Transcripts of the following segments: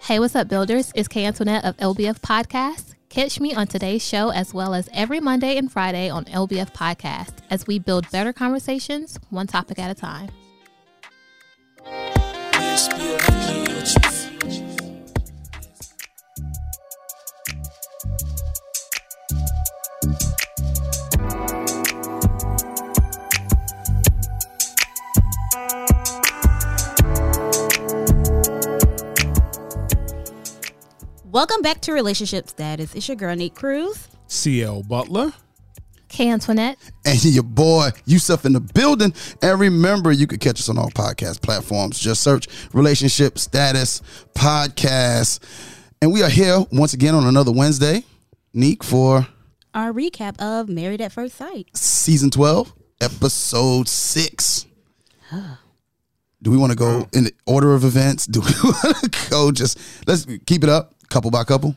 Hey, what's up, builders? It's Kay Antoinette of LBF Podcast. Catch me on today's show as well as every Monday and Friday on LBF Podcast as we build better conversations one topic at a time. Welcome back to Relationship Status. It's your girl Nate Cruz. CL Butler. Kay Antoinette, and your boy Yusuf in the building. And remember, you could catch us on all podcast platforms. Just search Relationship Status Podcast. And we are here once again on another Wednesday, Neek, for Our recap of Married at First Sight. season 12, episode 6. Do we want to go in the order of events? Do we want to go just, let's keep it up, couple by couple?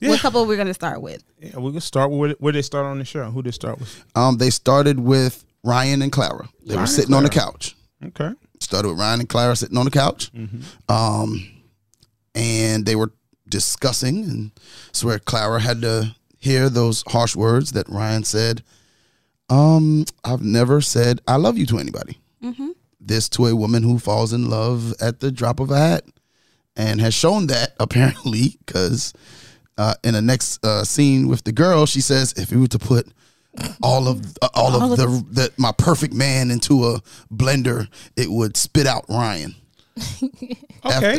What couple we're gonna start with? Yeah, we can start with where they start on the show. Who they start with? Um, They started with Ryan and Clara. They were sitting on the couch. Okay. started with Ryan and Clara sitting on the couch, um, and they were discussing, and it's where Clara had to hear those harsh words that Ryan said. Um, I've never said I love you to anybody. Mm-hmm. This to a woman who falls in love at the drop of a hat, and has shown that apparently because uh, in the next uh, scene with the girl, she says, "If you were to put all of uh, all, of, the, the my perfect man into a blender, it would spit out Ryan." Okay.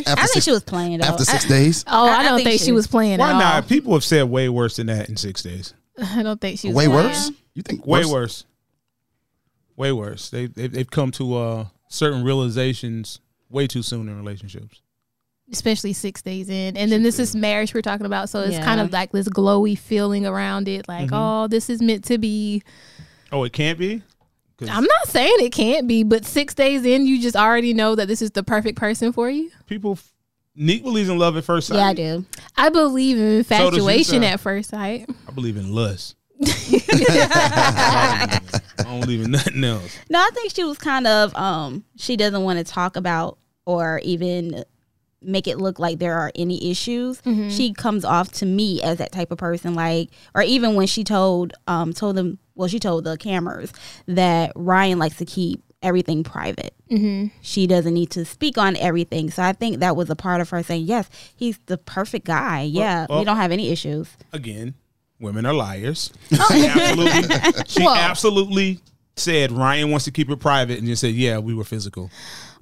I think she was playing though. after six I- days. Oh, I, I- I don't think, think she, she- was playing. Why at all. not? People have said way worse than that in six days. I don't think she was Way playing. worse. You think Way worse. Way worse. They, they they've come to uh, certain realizations way too soon in relationships. especially six days in. And then this is marriage we're talking about, so it's Yeah. kind of like this glowy feeling around it, like oh, this is meant to be. Oh, it can't be. I'm not saying it can't be, but six days in, you just already know that this is the perfect person for you. People. f- Neek believes in love at first sight. yeah, I do. I believe in does you, infatuation sir. at first sight. I believe in lust. I don't believe in nothing else. No, I think she was kind of um she doesn't want to talk about or even make it look like there are any issues. She comes off to me as that type of person like or even when she told um told them well she told the cameras that Ryan likes to keep everything private. Mm-hmm. she doesn't need to speak on everything. So I think that was a part of her saying, yes, he's the perfect guy. Yeah, well- we don't have any issues. again, women are liars. She absolutely, she Oh. Whoa. absolutely said Ryan wants to keep it private, and just said, "Yeah, we were physical."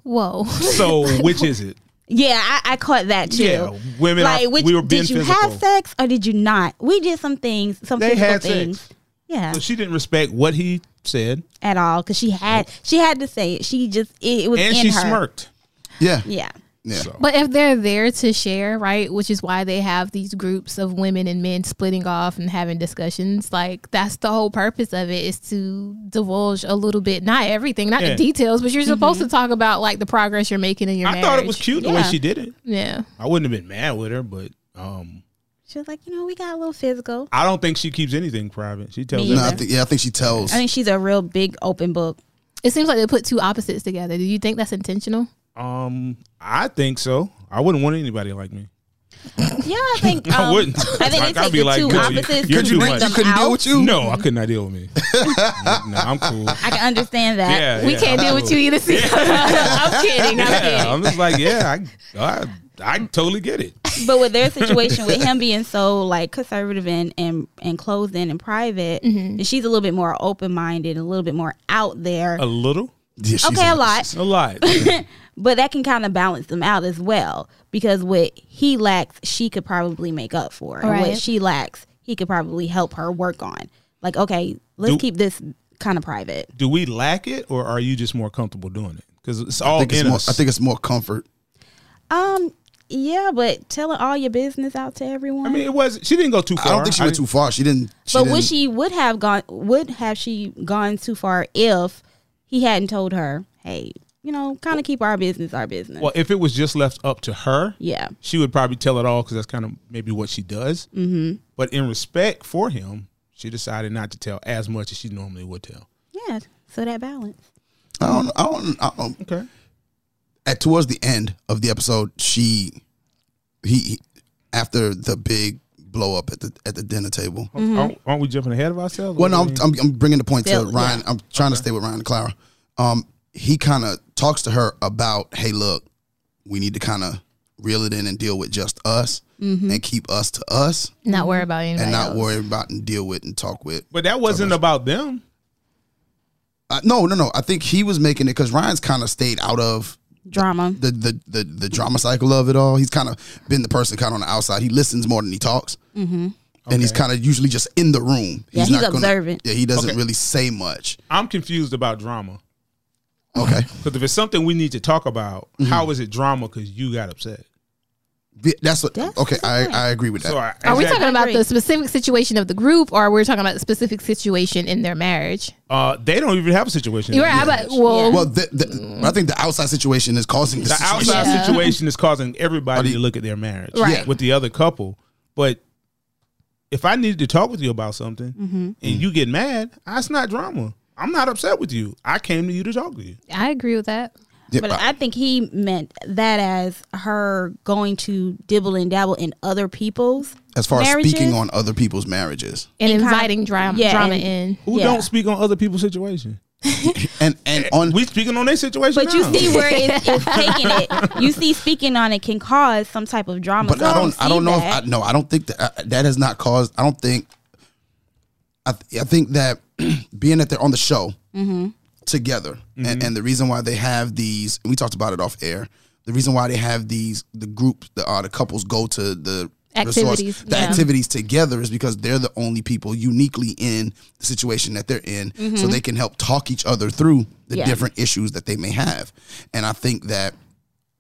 Whoa. So, which is it? Yeah, I, I caught that too. Yeah, women. Like, are, which, we were being did you physical. have sex or did you not? We did some things, some they physical had things. sex, Yeah, so she didn't respect what he said, at all because she had she had to say it. She just it, it was and in she her. smirked. Yeah. Yeah, Yeah. So, But if they're there to share, right, which is why they have these groups of women and men splitting off and having discussions, like that's the whole purpose of it is to divulge a little bit, not everything, not Yeah. Mm-hmm. the details, but you're supposed to talk about like the progress you're making in your I marriage. thought it was cute the way Yeah. she did it. Yeah. I wouldn't have been mad with her, but um, she was like, you know, we got a little physical. I don't think she keeps anything private. She tells Me No, I everything. think, yeah, I think she tells. I think she's a real big open book. It seems like they put two opposites together. Do you think that's intentional? Um, I think so. I wouldn't want anybody like me. Yeah, I think I um, wouldn't. I think Like, they I'd take be the like, two "Girl, you- opposites. you're and too bring much." them you couldn't out. deal with you? No, I could not deal with me. no, I'm cool. I can understand that. Yeah, we yeah, can't deal with you absolutely. either. See, I'm kidding. I'm Yeah, kidding. I'm just like, yeah, I, I, I totally get it. but with their situation with him being so like conservative and and, and closed in and private and she's a little bit more open-minded a little bit more out there A little, Yeah, she's okay a lot a lot. but that can kind of balance them out as well because what he lacks she could probably make up for and Right. what she lacks he could probably help her work on like okay let's Do- keep this kind of private Do we lack it, or are you just more comfortable doing it? Because it's all I think, it's in more, us. I think it's more comfort. um yeah but telling all your business out to everyone I mean, it was. She didn't go too far. I don't think she went too far. She didn't. She but didn't, would she would have gone would have she gone too far if he hadn't told her hey you know kind of keep our business our business Well, if it was just left up to her, yeah she would probably tell it all because that's kind of maybe what she does. Mm-hmm. But in respect for him, she decided not to tell as much as she normally would tell. yeah so that balance I don't. I don't. I don't Okay. at towards the end of the episode, she he after the big blow up at the at the dinner table. Aren't, aren't we jumping ahead of ourselves? Well, no, I I'm, mean, I'm, I'm bringing the point to Bill, Ryan. I'm trying to stay with Ryan and Clara. Um, he kind of talks to her about, hey, look, we need to kind of reel it in and deal with just us Mm-hmm. and keep us to us Not worry about Mm-hmm. anybody. and not else. worry about and deal with and talk with. but that wasn't about them. Uh, no, no, no. I think he was making it because Ryan's kind of stayed out of Drama. the, the the the drama cycle of it all. He's kind of been the person kind of on the outside. He listens more than he talks, mm-hmm. and he's kind of usually just in the room. Yeah, he's gonna- observant. yeah, he doesn't Okay. really say much. I'm confused about drama Okay, because if it's something we need to talk about, Mm-hmm. how is it drama? Because you got upset. Yeah, that's what. That's okay, I, fine. I agree with that. So I, Are we exactly. talking about agree. the specific situation of the group, or we're talking about the specific situation in their marriage? Uh, they don't even have a situation. You're right. But well, Well, the, the, I think the outside situation is causing the, the situation. outside Yeah. situation is causing everybody Are they- to look at their marriage Right. with the other couple. But if I needed to talk with you about something Mm-hmm. and you get mad, that's not drama. I'm not upset with you. I came to you to talk to you. I agree with that. Yeah, But but- I think he meant that as her going to dibble and dabble in other people's. as far as marriages- speaking on other people's marriages, And And kind of- inviting drama, yeah, drama and- in. Who Yeah. don't speak on other people's situation? and and on We speaking on their situation. But you now. see where it's, it's taking it. You see, speaking on it can cause some type of drama. But So I don't. I see don't know. that. If I, no, I don't think that uh, that has not caused. I don't think. I th- I think that being that they're on the show Mm-hmm. together, and, and the reason why they have these, and we talked about it off air. The reason why they have these, the group, the uh, the couples go to the Activities, the yeah. activities together is because they're the only people uniquely in the situation that they're in, so they can help talk each other through the Mm-hmm. Yeah. different issues that they may have. And I think that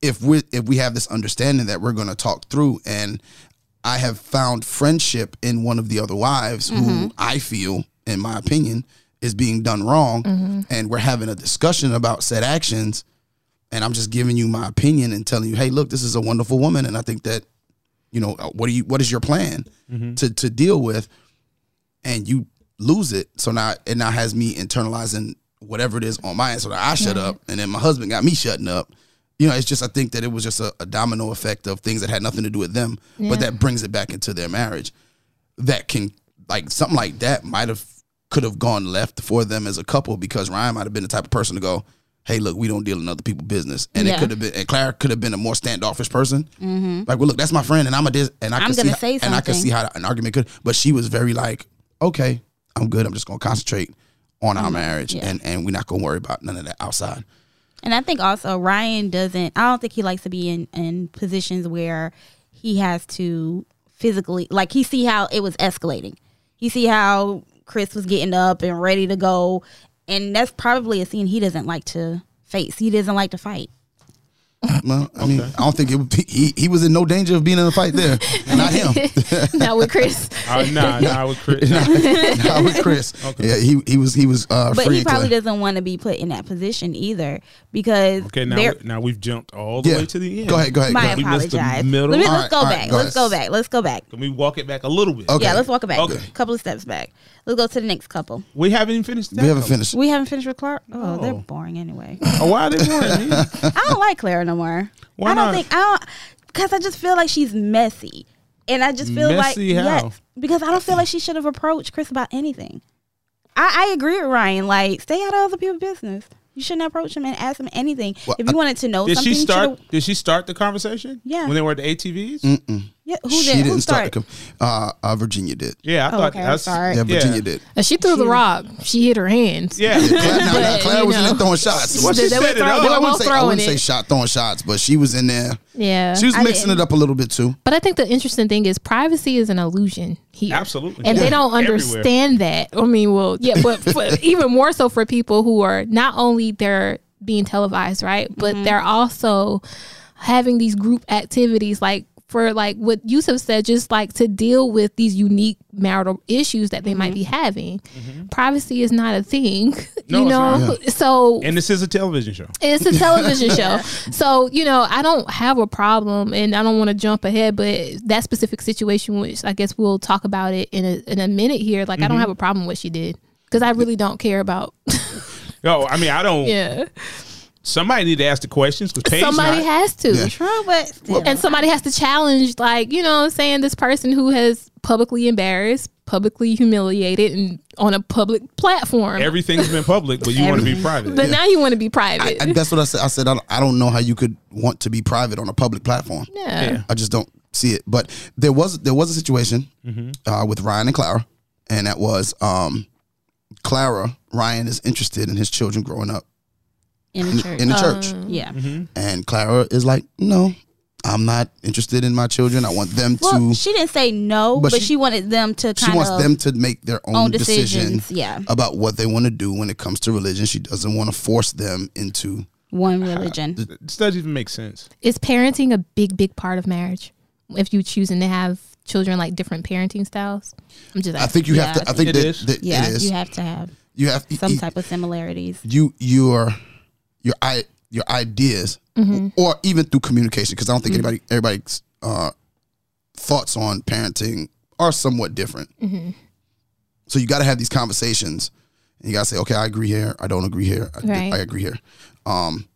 if we if we have this understanding that we're going to talk through and I have found friendship in one of the other wives who I feel in my opinion is being done wrong and we're having a discussion about said actions and I'm just giving you my opinion and telling you hey look this is a wonderful woman and I think that you know uh, what do you what is your plan to to deal with and you lose it so now it now has me internalizing whatever it is on my end so now i shut up and then my husband got me shutting up you know it's just i think that it was just a, a domino effect of things that had nothing to do with them but that brings it back into their marriage that can like something like that might have could have gone left for them as a couple because ryan might have been the type of person to go hey look we don't deal in other people's business and it Yeah. Mm-hmm. could have been and clara could have been a more standoffish person like well look that's my friend and i'm a dis and i I'm could see gonna how- say and i could something. see how an argument could but she was very like okay i'm good i'm just gonna concentrate on Mm-hmm. our marriage and and we're not gonna worry about none of that outside And I think also Ryan doesn't. I don't think he likes to be in in positions where he has to physically like he see how it was escalating. He see how Chris was getting up and ready to go, and that's probably a scene he doesn't like to face. He doesn't like to fight. well i mean i don't think it would be, he, he was in no danger of being in a fight there not him Not with Chris. Uh, nah, nah, I would crit- not with chris yeah he, he was he was uh But free he and clear. probably doesn't want to be put in that position either because Okay, now there- we- now we've jumped all the yeah way to the end. go ahead go ahead, go my ahead. We missed apologize. the Let me, middle. let's All right, go all right, back. go let's ahead. go back. Let's go back. Can we walk it back a little bit? Okay. Yeah, let's walk it back. Okay. A couple of steps back. Let's go to the next couple. We haven't even finished. That we haven't though. finished We haven't finished with Clara. Oh, they're No. boring anyway. Oh, why are they boring? man? I don't like Clara no more. Why I don't not? think I don't because I just feel like she's messy, and I just feel Messy like how? yes, because I don't feel like she should have approached Chris about anything. I, I agree with Ryan. Like, stay out of other people's business. You shouldn't approach him and ask him anything. Well, if you I- wanted to know Did something, she you start? should've- Did she start the conversation? Yeah. When they were at the ATVs. Yeah, who she did? didn't who start started? to come uh, uh virginia did Yeah, I Oh, thought okay, I'm that's sorry. yeah virginia did Uh, She threw the rock. She hit her hands. Yeah. Claire, now, now, But, Claire you was in know. there throwing shots. Well, she They were set it throwing- up. they Well, I were wouldn't, both say, I throwing wouldn't say it. shot throwing shots, but she was in there. Yeah. She was I mixing didn't- it up a little bit too. But I think the interesting thing is privacy is an illusion here. Absolutely. And Yeah. they don't Everywhere. understand that. I mean, well, yeah, but but even more so for people who are not only they're being televised, right? But they're also having these group activities like for like what Yusuf said, just like to deal with these unique marital issues that they might be having. Privacy is not a thing. Mm-hmm. No, you it's not. know? So And this is a television show. it's a television show. So, you know, I don't have a problem and I don't want to jump ahead, but that specific situation, which I guess we'll talk about it in a, in a minute here, like Mm-hmm. I don't have a problem with what she did because I really don't care about. No, I mean I don't. yeah. Somebody need to ask the questions because Paige somebody not. has to. Yeah. True, but still. And somebody has to challenge, like, you know what I'm saying? This person who has publicly embarrassed, publicly humiliated, and on a public platform. everything's been public, but you want to be private. but now you want to be I, private. I, that's what I said. I said I don't, I don't know how you could want to be private on a public platform. yeah. I just don't see it. But there was there was a situation Mm-hmm. uh, with Ryan and Clara, and that was um, Clara. Ryan is interested in his children growing up in the church. in the church, yeah. Mm-hmm. and Clara is like, "No, I'm not interested in my children. I want them Well, to. she didn't say no, But but, she- she, wanted them to kind She wants of them to make their own, own decision decisions, yeah. about what they want to do when it comes to religion. She doesn't want to force them into. one religion. This doesn't even make sense. Is parenting a big, big part of marriage? If you choosing to have children like different parenting styles? I'm just I asking. think you have Yeah, to. I think it that, is. that Yeah, it is. you have to have You have some type of similarities. you your your i your ideas or even through communication because i don't think anybody everybody's uh thoughts on parenting are somewhat different so you got to have these conversations and you got to say okay i agree here i don't agree here i, Right. I agree here um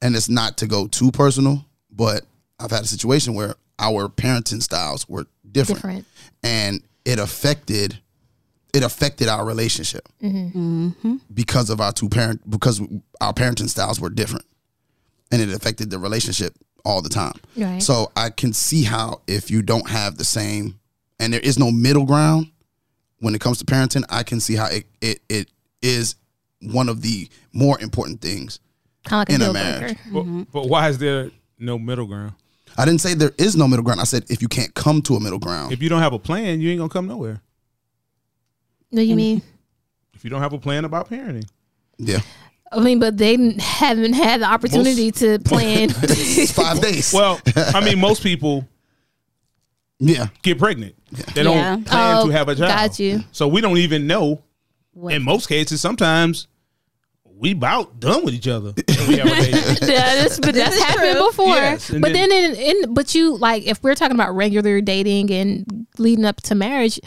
and it's not to go too personal but i've had a situation where our parenting styles were different different. and it affected it affected our relationship Mm-hmm. because of our two parent because our parenting styles were different and it affected the relationship all the time Right. so i can see how if you don't have the same and there is no middle ground when it comes to parenting i can see how it it, it is one of the more important things Kind of like in a a deal marriage. breaker. But, but why is there no middle ground? i didn't say there is no middle ground i said if you can't come to a middle ground If you don't have a plan, you ain't gonna come nowhere. What do you mean? If you don't have a plan about parenting, yeah I mean, but they n- haven't had the opportunity to plan. it's five days well, I mean, most people yeah get pregnant. They don't Yeah. plan Oh, to have a child. got you. So we don't even know. What- In most cases, sometimes we about done with each other. when we have a baby. yeah, that's, but that's is happened true. before. Yes, and but then- then, in, in but you like if we're talking about regular dating and leading up to marriage,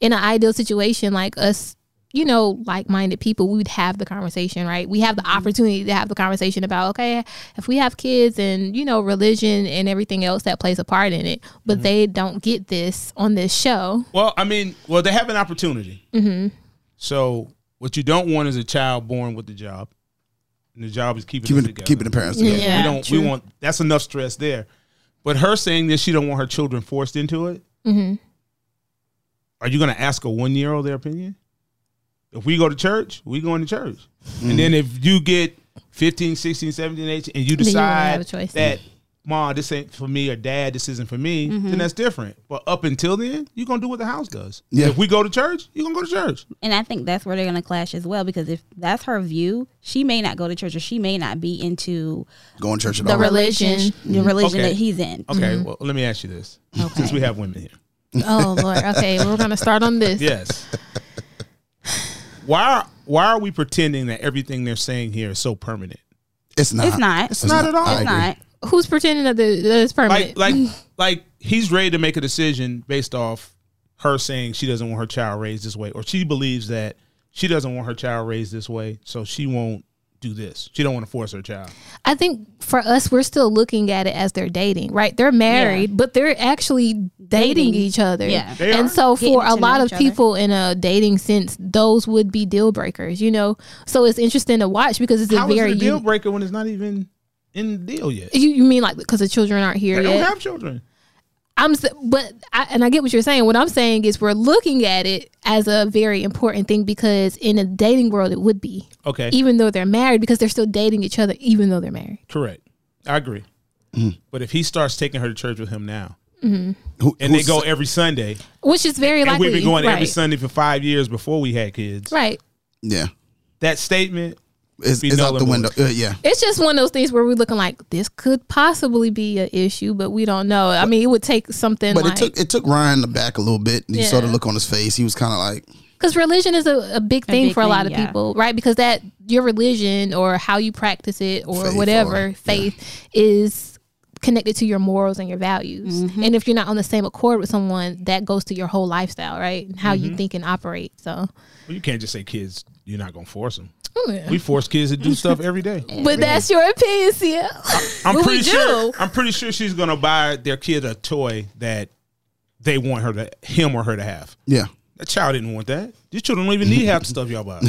in an ideal situation, like us, you know, like-minded people, we'd have the conversation, right? We have the Mm-hmm. opportunity to have the conversation about okay, if we have kids and you know religion and everything else that plays a part in it, but Mm-hmm. they don't get this on this show. Well, I mean, well, they have an opportunity. Mm-hmm. So what you don't want is a child born with the job, and the job is keeping them keeping together. keeping the parents together Yeah. we don't. true. We want that's enough stress there. But her saying that she don't want her children forced into it. mm-hmm. Are you going to ask a one year old their opinion? If we go to church, we going to church. And then if you get 15, 16, 17, 18, and you Then you won't decide have a choice. that, Ma, this ain't for me, or Dad, this isn't for me, Mm-hmm. then that's different. But up until then, you're going to do what the house does. Yeah. If we go to church, you're going to go to church. and I think that's where they're going to clash as well because if that's her view, she may not go to church or she may not be into going to church at the all religion, the religion Mm-hmm. Okay. that he's in. Okay, Mm-hmm. well, let me ask you this since we have women here. Oh Lord, okay, we're gonna start on this. Yes. why are, why are we pretending that everything they're saying here is so permanent? It's not. It's not. It's not at all. I It's agree. not. Who's pretending that the- that it's Like permanent? like like he's ready to make a decision based off her saying she doesn't want her child raised this way or she believes that she doesn't want her child raised this way, so she won't do this. She don't want to force her child. I think for us, we're still looking at it as they're dating, right? They're married, but they're actually dating, Dating. each other. Yeah. They and are. so Getting for a to know lot of each other. people in a dating sense, those would be deal breakers, you know? So it's interesting to watch because it's a How is very. it a deal you- breaker when it's not even in the deal yet? you, you mean like because the children aren't here They yet? don't have children. I'm, s- but I, and I get what you're saying. What I'm saying is we're looking at it as a very important thing because in a dating world it would be, Okay. even though they're married, because they're still dating each other, even though they're married. Correct. I agree. But if he starts taking her to church with him now, Who- and they who's- go every Sunday, Which is very and likely. we've been going right. every Sunday for five years before we had kids. Right. Yeah. That statement, It's, Be it's null out the and window. Uh, yeah. It's just one of those things where we're looking like this could possibly be an issue, but we don't know. I mean, it would take something But like it took it took Ryan back a little bit. And You saw the Yeah. look on his face. He was kind of like, because religion is a, a big thing big for a lot thing, of yeah. people, right? Because that your religion or how you practice it or Faith whatever or- yeah. faith is connected to your morals and your values. And if you're not on the same accord with someone, that goes to your Mm-hmm. whole lifestyle, right? And how you think and operate. So well, you can't just say kids, you're not going to force them. Oh, We force kids to do stuff every day. But that's your opinion, CL. Well, I'm we pretty sure. do. I'm pretty sure she's gonna buy their kid a toy that they want her to, him or her to have. Yeah. That child didn't want that. These children don't even need half the stuff y'all buy.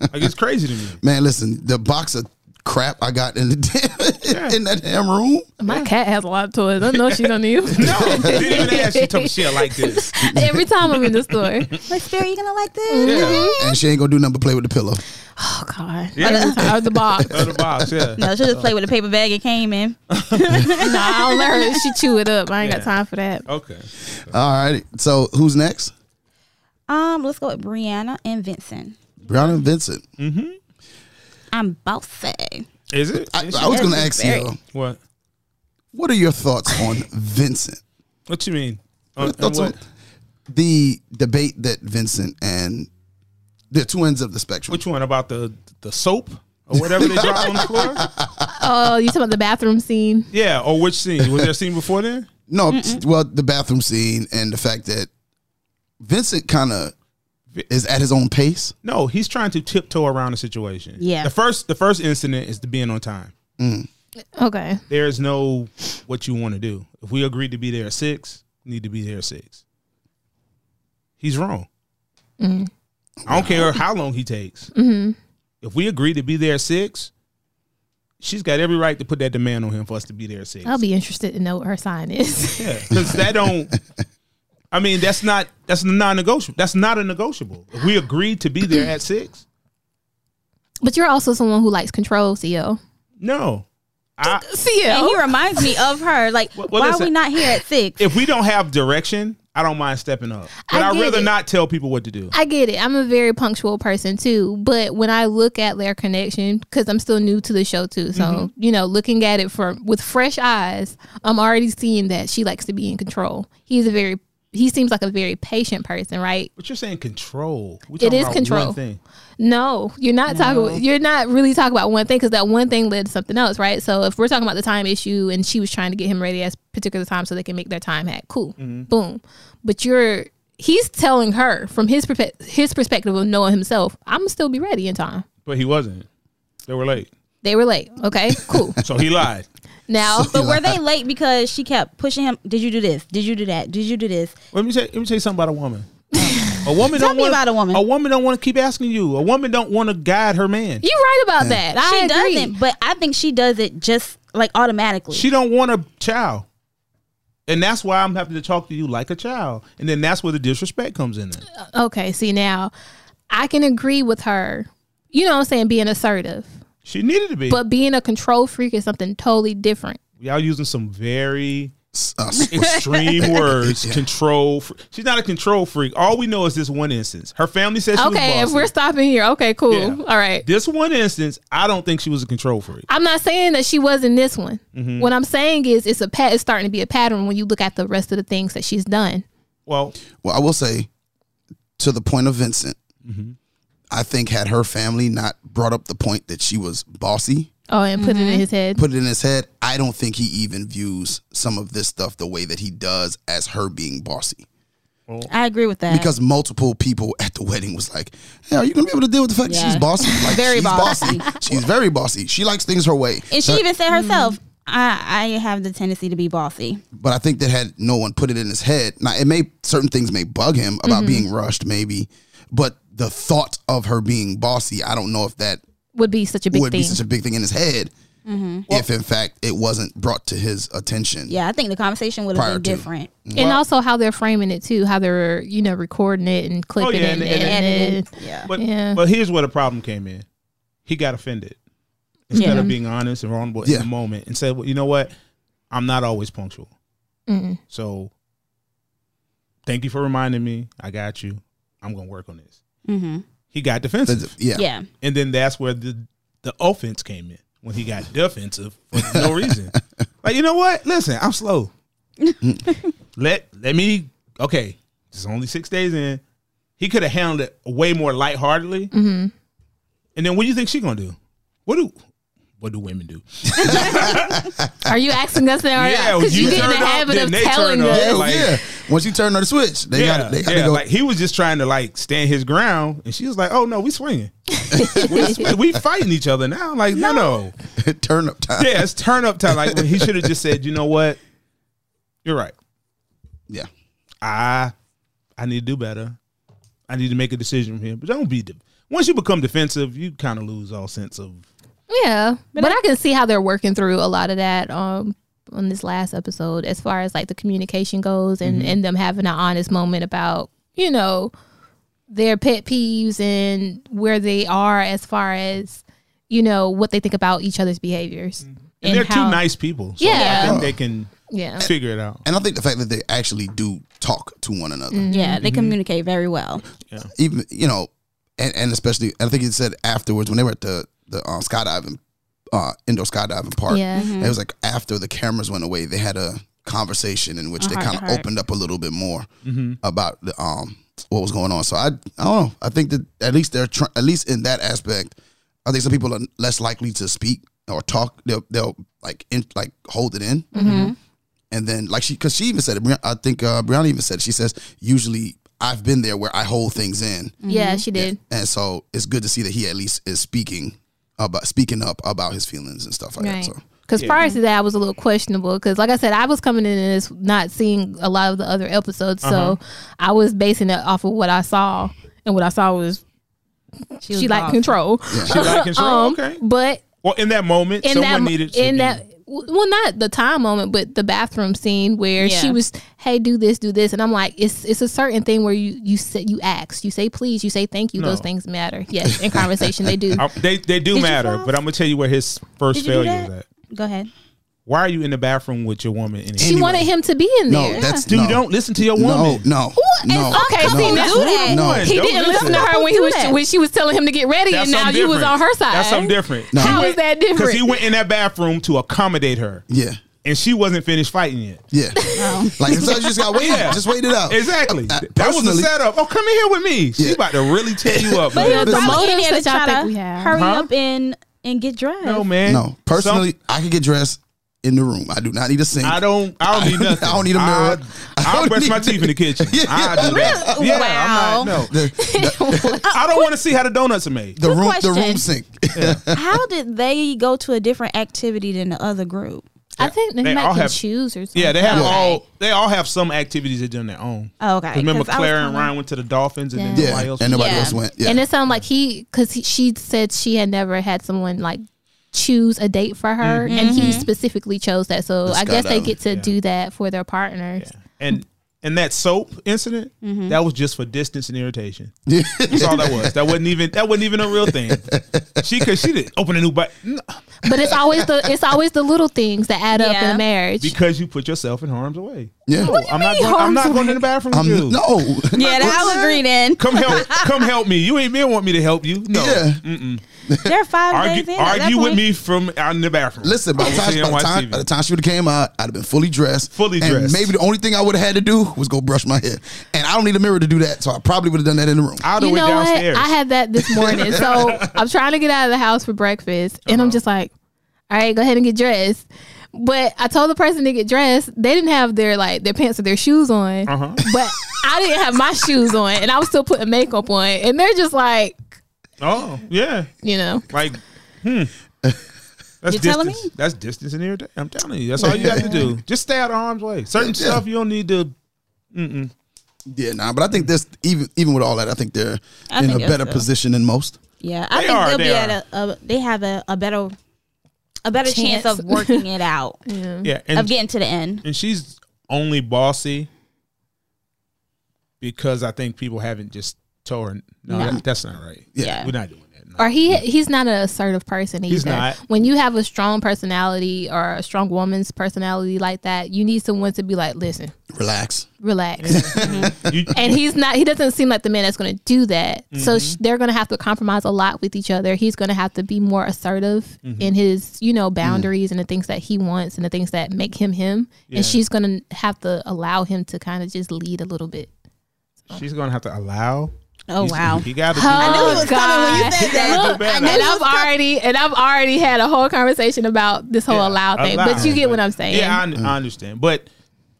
Like it's crazy to me. Man, listen, the box of crap I got in the damn, in that damn room. My cat has a lot of toys. I know she don't need them. No, they didn't even ask you to shit like this. Every time I'm in the store. Like, Spirit, you gonna like this? Yeah, And she ain't gonna do nothing but play with the pillow. Oh God. yeah, Out the box. out of the box. Yeah, No, she just played with a paper bag it came in. No, I don't let her. She chew it up. I ain't got Yeah. time for that. okay. All right. So who's next? Um, let's go with Brianna and Vincent. Brianna and Vincent. Mm-hmm. I'm bossy. Is it? I, Is I was she- gonna ask very- you, what? what are your thoughts on Vincent? What you mean? On, on Thoughts on Uh, what? the debate that Vincent and the two ends of the spectrum. Which one about the the soap or whatever they dropped on the floor? Oh, you talking about the bathroom scene? Yeah, or which scene? Was there a scene before then? No, well, the bathroom scene and the fact that Vincent kind of is at his own pace. No, he's trying to tiptoe around the situation. Yeah. The first the first incident is the being on time. Okay. There is no what you want to do. If we agreed to be there at six, we need to be there at six. He's wrong. I don't care how long he takes. If we agree to be there at six, she's got every right to put that demand on him for us to be there at 6 I'll be interested to know what her sign is. Yeah, because that don't. I mean, that's not that's non-negotiable. That's not a negotiable. If we agreed to be there at six, but you're also someone who likes control, CL. no. I, And he CL. reminds me of her. Like, Well, well, why listen. are we not here at six? if we don't have direction, I don't mind stepping up, but I I would get rather it. not tell people what to do. I get it. I'm a very punctual person too. But when I look at their connection, because I'm still new to the show too. So, you know, looking at it from with fresh eyes, I'm already seeing that she likes to be in control. He's a very he seems like a very patient person, right? But you're saying control. We're It talking is about control. One thing. No, you're not talking. You're not really talking about one thing because that one thing led to something else, right? So if we're talking about the time issue and she was trying to get him ready at a particular time so they can make their time hack, cool, boom. But you're he's telling her from his perpe- his perspective of knowing himself, I'm still be ready in time. But he wasn't. They were late, They were late, okay, cool. so he lied. Now, But were they late because she kept pushing him? Did you do this? Did you do that? Did you do this? Let me tell, let me tell you something about a woman. A woman Tell don't me wanna- about a woman. A woman don't want to keep asking you. A woman don't want to guide her man. you're right about that. She I agree. doesn't, but I think she does it just like automatically. She don't want a child. And that's why I'm having to talk to you like a child. And then that's where the disrespect comes in. There. Uh, Okay, see now, I can agree with her. You know what I'm saying? Being assertive, She needed to be. but being a control freak is something totally different. Y'all using some very S- uh, s- extreme words. Control. fr- She's not a control freak. All we know is this one instance. Her family says she Okay, was if bossy. we're stopping here, okay, cool. Yeah. All right. This one instance, I don't think she was a control freak. I'm not saying that she was in this one. Mm-hmm. What I'm saying is it's a pat it's starting to be a pattern when you look at the rest of the things that she's done. Well, well, I will say, to the point of Vincent, Mm-hmm. I think had her family not brought up the point that she was bossy, Oh, and put it in his head. put it in his head, I don't think he even views some of this stuff the way that he does as her being bossy. I agree with that. Because multiple people at the wedding was like, "Hey, are you gonna be able to deal with the fact that Yeah. she's bossy? Like, Very she's bossy. She's very bossy. She likes things her way." and she Her- even said herself, I, I have the tendency to be bossy. but I think that had no one put it in his head, now it may certain things may bug him about being rushed, maybe, but the thought of her being bossy, I don't know if that Would be such a big would thing. be such a big thing in his head. If in fact it wasn't brought to his attention, Yeah, I think the conversation would Prior have been to. different. Mm-hmm. and also how they're framing it too, how they're, you know, recording it and clipping Oh, yeah, it and- and, and- Edited. and- Yeah. but Yeah. but here's where the problem came in. He got offended instead Yeah. of being honest and vulnerable Yeah. in the moment, and said, "Well, you know what? I'm not always punctual. So, thank you for reminding me. I got you. I'm gonna work on this." He got defensive, yeah, yeah. and then that's where the the offense came in when he got defensive for no reason. Like, you know what? Listen, I'm slow. let let me. Okay, it's only six days in. He could have handled it way more lightheartedly. Mm-hmm. And then what do you think she gonna do? What do what do women do? Are you asking us that? Yeah, Because you, you get in turned the up, habit then of they telling turned up. us. Hell Like- Oh, yeah. Once you turn on the switch, they yeah, got they got yeah. to go. Like he was just trying to like stand his ground, and she was like, "Oh no, we swinging, we, sw- we fighting each other now." Like, no, no, turn up time. yeah, it's turn up time. Like he should have just said, "You know what? You're right. Yeah. I I need to do better. I need to make a decision from here." But don't be de- once you become defensive, you kind of lose all sense of Yeah, but, I, can see how they're working through a lot of that um on this last episode as far as like the communication goes and and them having an honest moment about, you know, their pet peeves and where they are as far as you know what they think about each other's behaviors. and, they're how- two nice people. So Yeah. I think they can Yeah. figure it out. And I think the fact that they actually do talk to one another, Yeah, they communicate very well. even you know, and, and especially I think it said afterwards when they were at the the uh, skydiving, uh, indoor skydiving park. Yeah. It was like after the cameras went away, they had a conversation in which they heart to kind of heart. opened up a little bit more Mm-hmm. about the, um what was going on. So I I don't know. I think that at least they're try- at least in that aspect, I think some people are less likely to speak or talk. They'll they'll like in, like hold it in. Mm-hmm. Mm-hmm. And then, like she, because she even said it. Bri- I think uh, Brianna even said it. She says, "Usually, I've been there where I hold things in, Yeah, she did. and so it's good to see that he at least is speaking about speaking up about his feelings and stuff like Right. that." So Because prior to that, I was a little questionable. Because, like I said, I was coming in and this not seeing a lot of the other episodes, so I was basing it off of what I saw, and what I saw was She, she liked boss. control. She like control. Um, okay. But Well, in that moment, in someone that needed to in be- that well, not the time moment, but the bathroom scene where Yeah. she was, "Hey, do this, do this," and I'm like, "It's it's a certain thing where you you say you ask, you say please, you say thank you. Those No. things matter. Yes, in conversation they do. I- they they do you matter, fall? but I'm gonna tell you where his first Did you do failure is that? at. Go ahead. Why are you in the bathroom with your woman? Anyway? She wanted him to be in no, there. that's Dude, no, don't listen to your no, woman. no, no. okay, no. see, that's do that. No. He Don't didn't listen. listen to her when he do was that. when she was telling him to get ready, That's and now something you was different. on her side. That's something different. No. How is that Because different? he went in that bathroom to accommodate her, Yeah, and she wasn't finished fighting yet. yeah. Like sometimes you just got wait, Yeah. just wait it out. Exactly. Uh, that was the personally- setup. Oh, come in here with me. She Yeah. about to really tear you up. But he man. was Listen. probably in Motives there to that y'all try think we to have. hurry Huh? up and and get dressed. no man. No, personally, I could get dressed in the room. I do not need a sink. Some- I don't. I don't need nothing. I don't need a mirror. I, I I'll don't brush my need- teeth in the kitchen. Yeah. I do that. Really? Yeah, Wow. I'm not, no. The, the, I don't want to see how the donuts are made. the room, question. the room sink. How did they go to a different activity than the other group? I think they, They might all can have- choose or something. Yeah, they have all. They all have some activities they do on their own. Oh, okay. Remember, 'Cause I was Clara and kinda- Ryan went to the Dolphins, and then Yeah. somebody Yeah, else. and nobody Yeah. else went. Yeah, And it sounded like he, because she said she had never had someone like choose a date for her, and he specifically chose that. So I guess they skydiving. get to do that for their partners. and and that soap incident that was just for distance and irritation. That's all that was. That wasn't even that wasn't even a real thing. She because she didn't open a new bike But it's always the it's always the little things that add up in Yeah. a marriage. because you put yourself in harm's way. Oh, yeah. I'm not going, I'm not going to the bathroom with I'm you. no. Yeah, that I'll agree then. Come help, come help me. You ain't been want me to help you. No, Yeah. They're five argue, days in. at that argue with point. me from out in the bathroom. Listen, by I the was time, by seeing the NYC time, TV. by the time she would have came out, I'd have been fully dressed. Fully and dressed. Maybe the only thing I would have had to do was go brush my hair, and I don't need a mirror to do that. So I probably would have done that in the room. I'll do you it know downstairs. what? I had that this morning. so I'm trying to get out of the house for breakfast, and Uh-huh. I'm just like, all right, go ahead and get dressed. But I told the person to get dressed. They didn't have their like their pants or their shoes on, Uh-huh. but I didn't have my shoes on, and I was still putting makeup on, and they're just like, oh yeah, you know, like hmm. That's You telling distance. me? That's distance in irritation. I'm telling you, that's all you got to do. Just stay out of harm's way. Certain Yeah. stuff you don't need to. yeah, nah. But I think this even even with all that, I think they're I in think a that's better a- position than most. Yeah, I They think are, they'll they be are. at a, a. They have a, a better, a better chance. Chance. of working it out, Yeah, and of getting to the end. and she's only bossy because I think people haven't just told her. No, that- that's not right. Yeah. we're not doing that. No. or he he's not an assertive person either. He's not. When you have a strong personality or a strong woman's personality like that, you need someone to be like, listen, Relax. relax. You- and he's not he doesn't seem like the man that's going to do that Mm-hmm. so sh- they're going to have to compromise a lot with each other he's going to have to be more assertive Mm-hmm. in his you know boundaries and the things that he wants and the things that make him him Yeah. and she's going to have to allow him to kind of just lead a little bit she's gonna have to allow. Oh He's- wow. he got to. Oh, God. that. Look, Do better. and I've already and I've already had a whole conversation about this whole allow thing, but you get what I'm saying. Yeah, I, I understand. But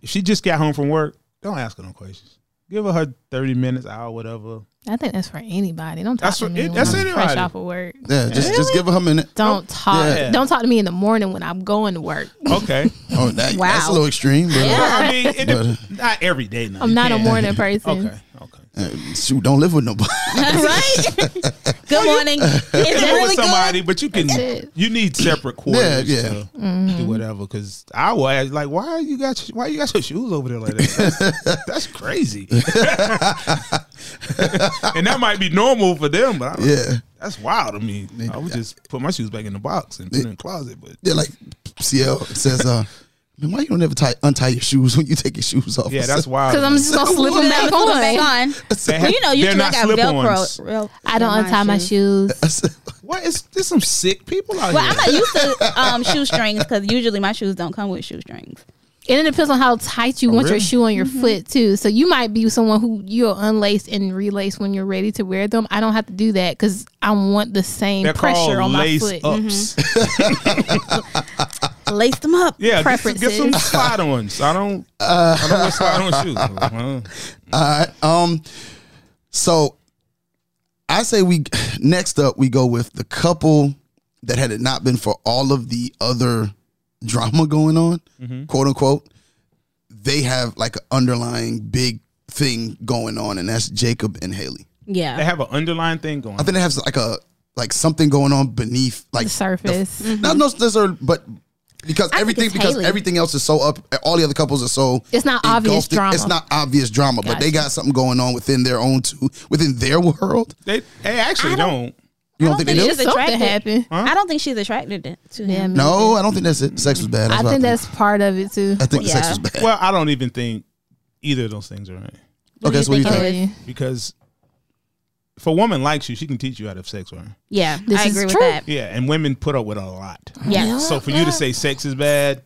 if she just got home from work, Don't ask her no questions. Give her her thirty minutes, hour, whatever. I think that's for anybody. Don't talk That's to for- me it- when that's I'm fresh anybody. Oh, off of work. Yeah, just just give her a minute. Don't talk. Yeah. Don't talk to me in the morning when I'm going to work. Okay. Oh, that, Wow. that's a little extreme, but I mean, it, But- not every day. No, I'm You not a can't. morning person. Okay. Okay. uh, shoot, don't live with nobody. right? good morning. Is You that live really with somebody, good? but you can. it. You need separate quarters. Yeah, yeah. To Mm-hmm. Do whatever, because I will ask, like, why you got why you got your shoes over there like that? That's, that's crazy. and that might be normal for them, but I don't, yeah, that's wild. I mean, I would just put my shoes back in the box and put it in the closet. But yeah. Like CL says, uh, man, why you don't ever tie untie your shoes when you take your shoes off? yeah, that's wild. Because I'm just gonna slip them back Put them on. back on. They Well, have- you know, they're usually I not got slip-ons. Velcro. real- I don't real untie my shoes. What is there's some sick people out Well, here. I'm not used to um, shoestrings because usually my shoes don't come with shoestrings. And it depends on how tight you want your really? shoe on your foot too. So you might be someone who you'll unlace and relace when you're ready to wear them. I don't have to do that because I want the same They're called pressure on my lace foot. Mm-hmm. ups. Lace them up. Yeah, get some, get some Preferences. slide ons. I don't. I don't wear slide on shoes. Uh, All right. Um. So, I say we next up we go with the couple that had it not been for all of the other drama going on, Mm-hmm. quote unquote. They have like an underlying big thing going on, and that's Jacob and Haley. They Yeah. have an underlying thing going. I think it has like a like something going on beneath like The surface. Not no necessarily, but because think everything it's because Haley. everything else is so up. All the other couples are so It's not obvious engulfed in- drama. It's not obvious drama, but they Gotcha. got something going on within their own too within their world. They, they actually don't. You I don't, think they think do? it's- Something attracted. happened. I don't think she's attracted to- to Yeah, him. me No, I don't think that's it. Sex was bad. I what think that's part of it too. I think the sex Yeah. was bad. Well, I don't even think either of those things are right okay, so what do you think? Totally. because if a woman likes you, she can teach you how to have sex with her. Yeah, This I is agree with true. that. Yeah, and women put up with a lot. Yeah, So for you to say sex is bad,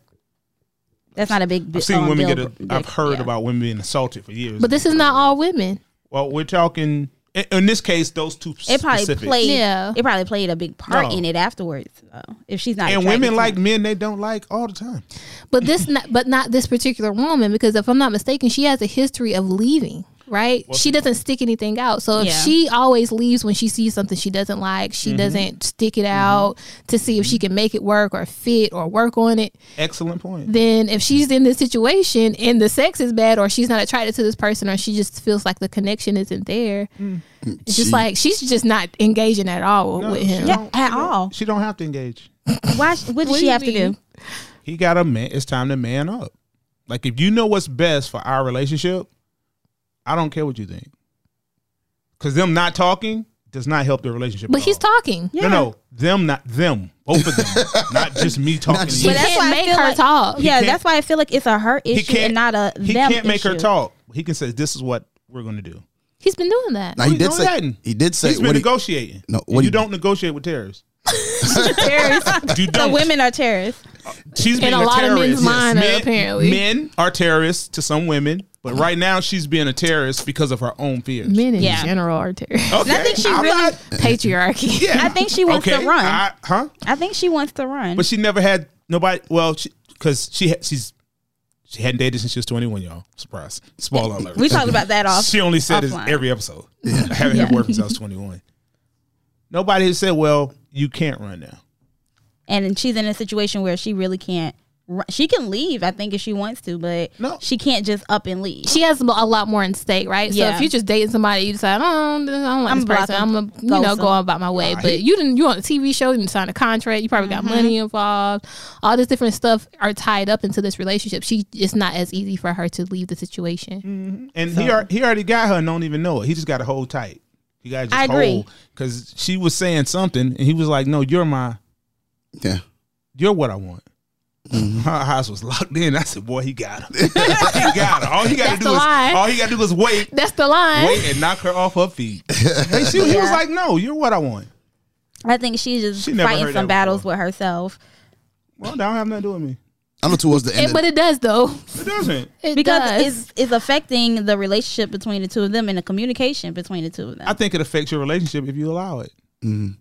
that's not a big. I've seen um, women deal get. A, br- I've heard yeah. about women being assaulted for years. But this is not all women. well, we're talking in, in this case those two It probably specific. played. Yeah. It probably played a big part No. in it afterwards. Though, if she's not and attracted women to like him. men they don't like all the time. But this, not, but not this particular woman, because if I'm not mistaken, she has a history of leaving. Right? she doesn't stick anything out. So if Yeah. she always leaves when she sees something she doesn't like, she doesn't stick it out to see if she can make it work or fit or work on it. Excellent point. Then if she's in this situation and the sex is bad or she's not attracted to this person or she just feels like the connection isn't there, it's just She- like she's just not engaging at all with him. Yeah, at all. She don't have to engage. Why? sh- What What does she do you have to mean? do? he got a man. It's time to man up. Like if you know what's best for our relationship, I don't care what you think. Cause them not talking does not help the relationship. But at he's all. talking. No, no, them not them. Both of them, not just me talking. just to You But you. that's can't why I make feel her like- talk. Oh, Yeah, can't- that's why I feel like it's a her issue and not a He them can't make her issue. talk. He can say this is what we're going to do. He's been doing that. Now he Well, did no, say he hadn't. he did say He's been what he- negotiating. No, And what you he- don't negotiate with terrorists. Terrorists. You So don't. women are terrorists. She's being a lot of men's terrorist. mind, men, apparently. Mm-hmm. men are terrorists to some women, but right now she's being a terrorist because of her own fears. Men in Yeah. general are terrorists. Okay. I think she I'm really- not- Patriarchy. yeah. I think she wants okay. to run. I, I, huh? think she wants to run. But she never had nobody. Well, because she, ha she's she hadn't dated since she was twenty one. Y'all, surprise! Spoiler alert. we talked about that off. she only said this offline. every episode. I haven't had a word since I was twenty one. Nobody has said, "Well, you can't run now." and she's in a situation where she really can't. ru- She can leave, I think, if she wants to, but No. she can't just up and leave. She has a lot more in stake, right? So Yeah. if you're just dating somebody, you decide, oh, I don't like I'm this person. blocking. I'm gonna, you Go know, go some- about my way. But you didn't. You on a TV show. You didn't sign a contract. You probably Mm-hmm. got money involved. All this different stuff are tied up into this relationship. She it's not as easy for her to leave the situation. Mm. And he ar- he already got her and don't even know it. He just got to hold tight. You got to just I agree. hold because she was saying something, and he was like, "No, you're my, yeah. you're what I want." Her eyes was locked in. I said, "Boy, he got her. he got her. All he got to That's do the is lie. all he got to do is wait, That's the line. wait, and knock her off her feet." And she, He was like, "No, you're what I want." I think she's just She never fighting heard some that battles before. with herself Well, that don't have nothing to do with me. I know towards the end. It- of- but it does though. It doesn't. It because does. it's it's affecting the relationship between the two of them and the communication between the two of them. I think it affects your relationship if you allow it.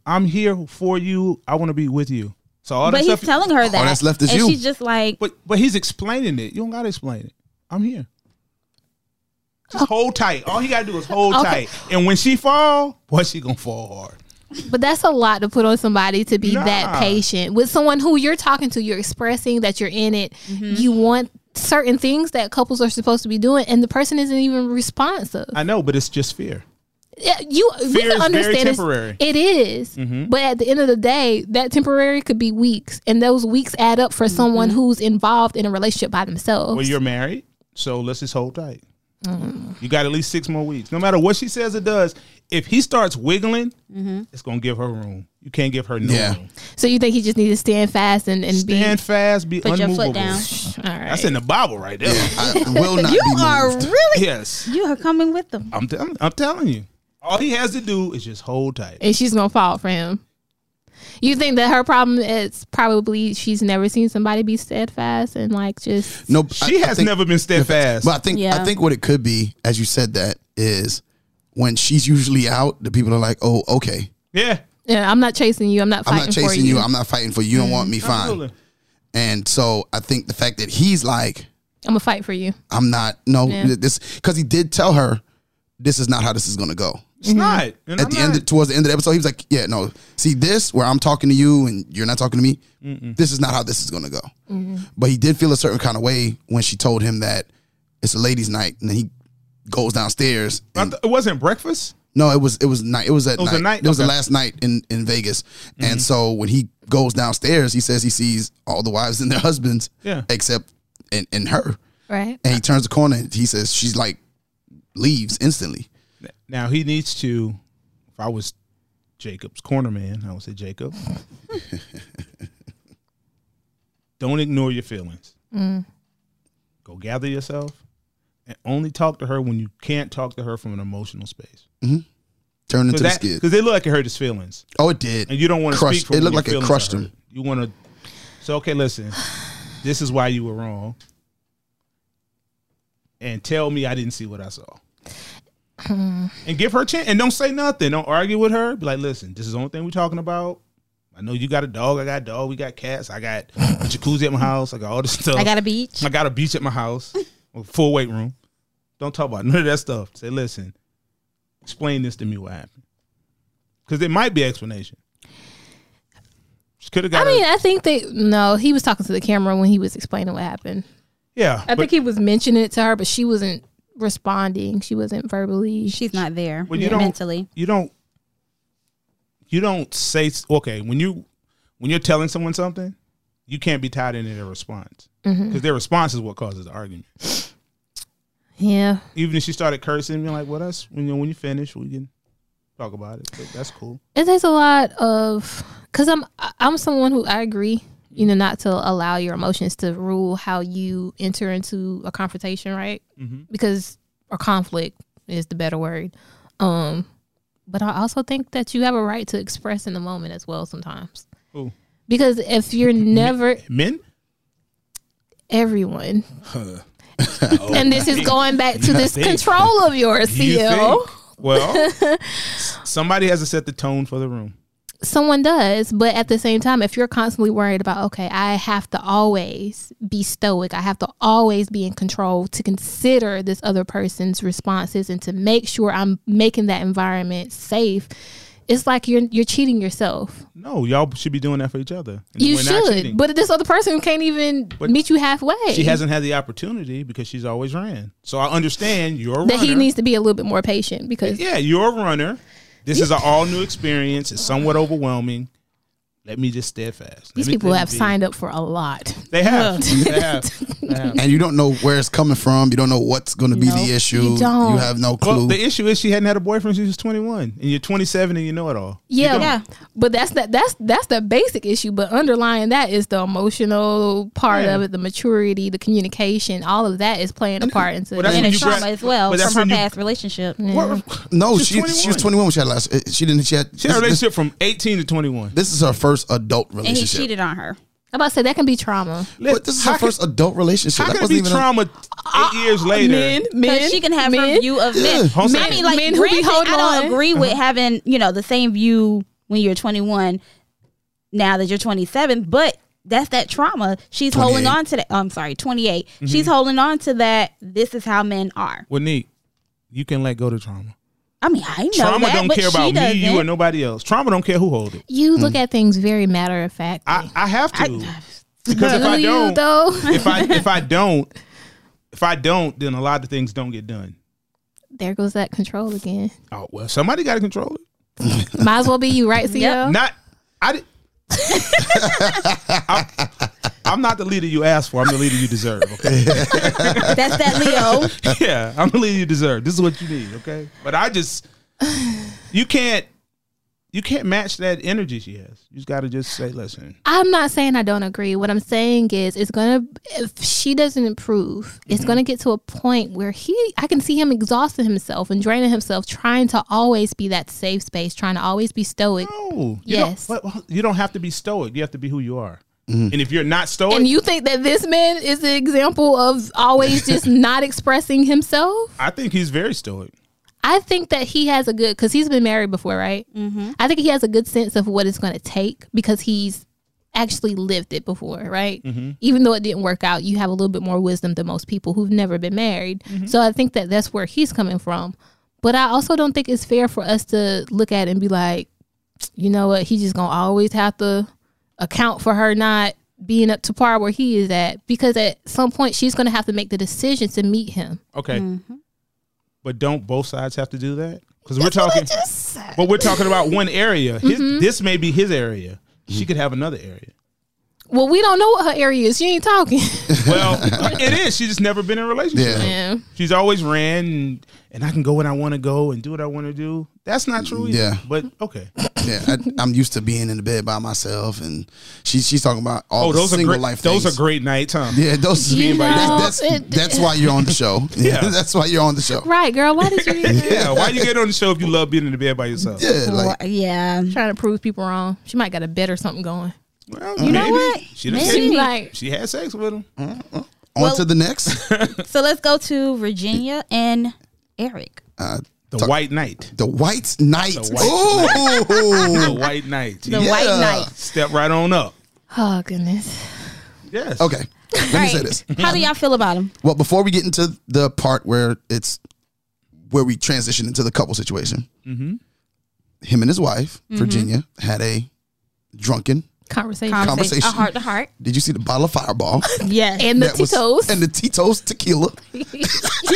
I'm here for you. I want to be with you. So all but that he's stuff. telling her that, that's left is and you. she's just like, but but he's explaining it. You don't gotta explain it. I'm here. Just hold tight. All you gotta do is hold Oh. Okay. tight. And when she fall, boy, she gonna fall hard. But that's a lot to put on somebody to be Nah. that patient with someone who you're talking to. You're expressing that you're in it. You want certain things that couples are supposed to be doing, and the person isn't even responsive. I know, but it's just fear. Yeah, you Fear is we can very understand it's- temporary. Mm-hmm. It is. but at the end of the day, that temporary could be weeks, and those weeks add up for someone who's involved in a relationship by themselves. Well, you're married, so let's just hold tight. Mm-hmm. You got at least six more weeks. No matter what she says or does, if he starts wiggling, Mm-hmm. it's gonna give her room. You can't give her no Yeah. room. so you think he just needs to stand fast and, and Stand fast, be Put your foot unmovable. down. be all right. That's in the Bible right there. I will not You be moved. are really. yes, You are coming with them. I'm telling. I'm telling you. All he has to do is just hold tight. and she's gonna fall for him. You think that her problem is probably she's never seen somebody be steadfast and like just No, I- She I has think- never been steadfast. But I think I Yeah. think what it could be, as you said that, is when she's usually out, the people are like, "Oh, okay, yeah, yeah, I'm not chasing you, I'm not I'm fighting not for chasing you. you. I'm not fighting for you. You don't want me, fine." Mm, absolutely. And so I think the fact that he's like, I'm gonna fight for you. "I'm not, no, Yeah. th- this," because he did tell her, "This is not how this is going to go." It's not. Mm-hmm. And At I'm the end, not- of, towards the end of the episode, he was like, "Yeah, no, see this where I'm talking to you and you're not talking to me. This is not how this is going to go." Mm-hmm. But he did feel a certain kind of way when she told him that it's a ladies' night, and then he goes downstairs. I and- th- it wasn't breakfast. No, it was it was night. It was at was night. a night? It was the Okay. Mm-hmm. last night in in Vegas. And so when he goes downstairs, he says he sees all the wives and their husbands, Yeah. except in in her. Right. And he turns the corner and he says she's like leaves instantly. Now he needs to. If I was Jacob's corner man, I would say Jacob. don't ignore your feelings. Go gather yourself and only talk to her when you can't talk to her from an emotional space. Turned into this kid. Because they look like it hurt his feelings, Oh, it did. and you don't want to Crushed- speak. From it when looked your like it feelings are crushed hurt. him. You want to. So okay, listen. This is why you were wrong. And tell me I didn't see what I saw. and give her a chance. And don't say nothing. Don't argue with her. Be like, listen, this is the only thing we're talking about. I know you got a dog. I got a dog. We got cats. I got a jacuzzi at my house. I got all this stuff. I got a beach. I got a beach at my house, a full weight room. Don't talk about none of that stuff. Say, listen, explain this to me what happened. Because there might be explanation. She could have I got mean, a, I think they no, he was talking to the camera when he was explaining what happened. yeah. I but, think he was mentioning it to her, but she wasn't responding. She wasn't verbally. She's not there Well, you don't- mentally. you don't you don't say s- okay, when you when you're telling someone something, you can't be tied into their response. Because Mm-hmm. their response is what causes the argument. yeah. Even if she started cursing, being like, "Well, that's when you when you finish, we can talk about it." But that's cool. it takes a lot of because i'm I- i'm someone who i agree you know not to allow your emotions to rule how you enter into a confrontation right Mm-hmm. because or conflict is the better word um but i also think that you have a right to express in the moment as well sometimes Ooh. because if you're never Men, everyone and this is going back to this control of yours You cl think? Well, s- somebody has to set the tone for the room. someone does but at the same time if you're constantly worried about okay i have to always be stoic i have to always be in control to consider this other person's responses and to make sure i'm making that environment safe it's like you're you're cheating yourself No, y'all should be doing that for each other. And you we're not should cheating. but this other person can't even But meet you halfway she hasn't had the opportunity because she's always ran. So I understand you're a runner. that he needs to be a little bit more patient because yeah, you're a runner. This is an all new experience. It's somewhat overwhelming. Let me just steadfast. Let these me- people let me have be- signed up for a lot They have. they have. They have. And you don't know where it's coming from. You don't know what's going to be the issue. don't. have no clue. Well, the issue is she hadn't had a boyfriend since she was 21, and you're 27 and you know it all. Yeah, Yeah. But that's that that's that's the basic issue. But underlying that is the emotional part Yeah. of it, the maturity, the communication, all of that is playing Mm-hmm. a part into Well, that's it. And when a you trauma grab- as well but that's from her when you- past relationship. no, She's she she was 21. 21 when she had last. uh, She didn't. She had. She had a this- this, relationship from 18 to 21. this is her first adult And he relationship. cheated on her. I'm about to say that can be trauma. But this is her How can- first adult relationship. How That can it wasn't be even a- trauma eight years later? Men, men, Because she can have men. her view of men. Hold on. I mean, like, Men who be granted, holding I don't on. Uh-huh. agree with having you know the same view when you're 21. Now that you're 27, but that's that trauma. She's holding 28. Mm-hmm. on to that. I'm sorry, 28. She's holding on to that. This is how men are. Well, Neek, You can let go to trauma. I mean, I know Trauma that, don't but care she about me, doesn't. you, or nobody else. Trauma don't care who hold it. You look at things very matter of fact. Hmm. I, I have to because Do if I you don't, though? if I if I don't, if I don't, then a lot of things don't get done. there goes that control again. Oh well, somebody got to control it. Might as well be you, right, CL? Not I. Did, I'm, I'm not the leader you asked for. I'm the leader you deserve. Okay. That's that Leo. yeah, I'm the leader you deserve. This is what you need. Okay. But I just you can't you can't match that energy she has. You just got to just say, listen. I'm not saying I don't agree. What I'm saying is, it's gonna if she doesn't improve, it's gonna get to a point where he, I can see him exhausting himself and draining himself, trying to always be that safe space, trying to always be stoic. No. You Yes. Don't, well, well, you don't have to be stoic. You have to be who you are. And if you're not stoic, And you think that this man is the example of always just not expressing himself? I think he's very stoic. I think that he has a good because he's been married before, right? Mm-hmm. I think he has a good sense of what it's going to take because he's actually lived it before, right? Even though it didn't work out, you have a little bit more wisdom than most people who've never been married. So I think that that's where he's coming from. But I also don't think it's fair for us to look at it and be like, you know what, he's just going to always have to account for her not being up to par where he is at because at some point she's going to have to make the decision to meet him. Okay. Mm-hmm. But don't both sides have to do that? Because we're talking, but we're talking about one area. His, Mm-hmm. This may be his area. She could have another area. Well, we don't know what her area is. She ain't talking. Well, it is. She's just never been in a relationship. Yeah. Yeah. She's always ran, and, and I can go when I want to go and do what I want to do. That's not true. Either. Yeah. But okay. Yeah, I, I'm used to being in the bed by myself, and she, she's talking about all Oh, the those are single great. life. Those things. are great nights, huh? Yeah, those. You know, that's that's, it- that's why you're on the show. Yeah, Yeah. that's why you're on the show. Right, girl. Why did you Yeah. Why you get on the show if you love being in the bed by yourself? Yeah, like Well, yeah. trying to prove people wrong? She might got a bet or something going. Well, you know what? She done Maybe. said She like she had sex with him. on Well- to the next. So let's go to Virginia and Eric. Uh, The white knight. the White Knight. The The Oh, white knight. The He White Yeah. Knight. Step right on up. oh goodness. Yes. okay. Let me say this. How do y'all feel about him? Well, before we get into the part where it's where we transition into the couple situation, Mm-hmm. him and his wife Mm-hmm. Virginia had a drunken. Conversation. Conversation. A heart to heart. Did you see the bottle of Fireball? Yes. and the That was- Tito's. and the Tito's tequila.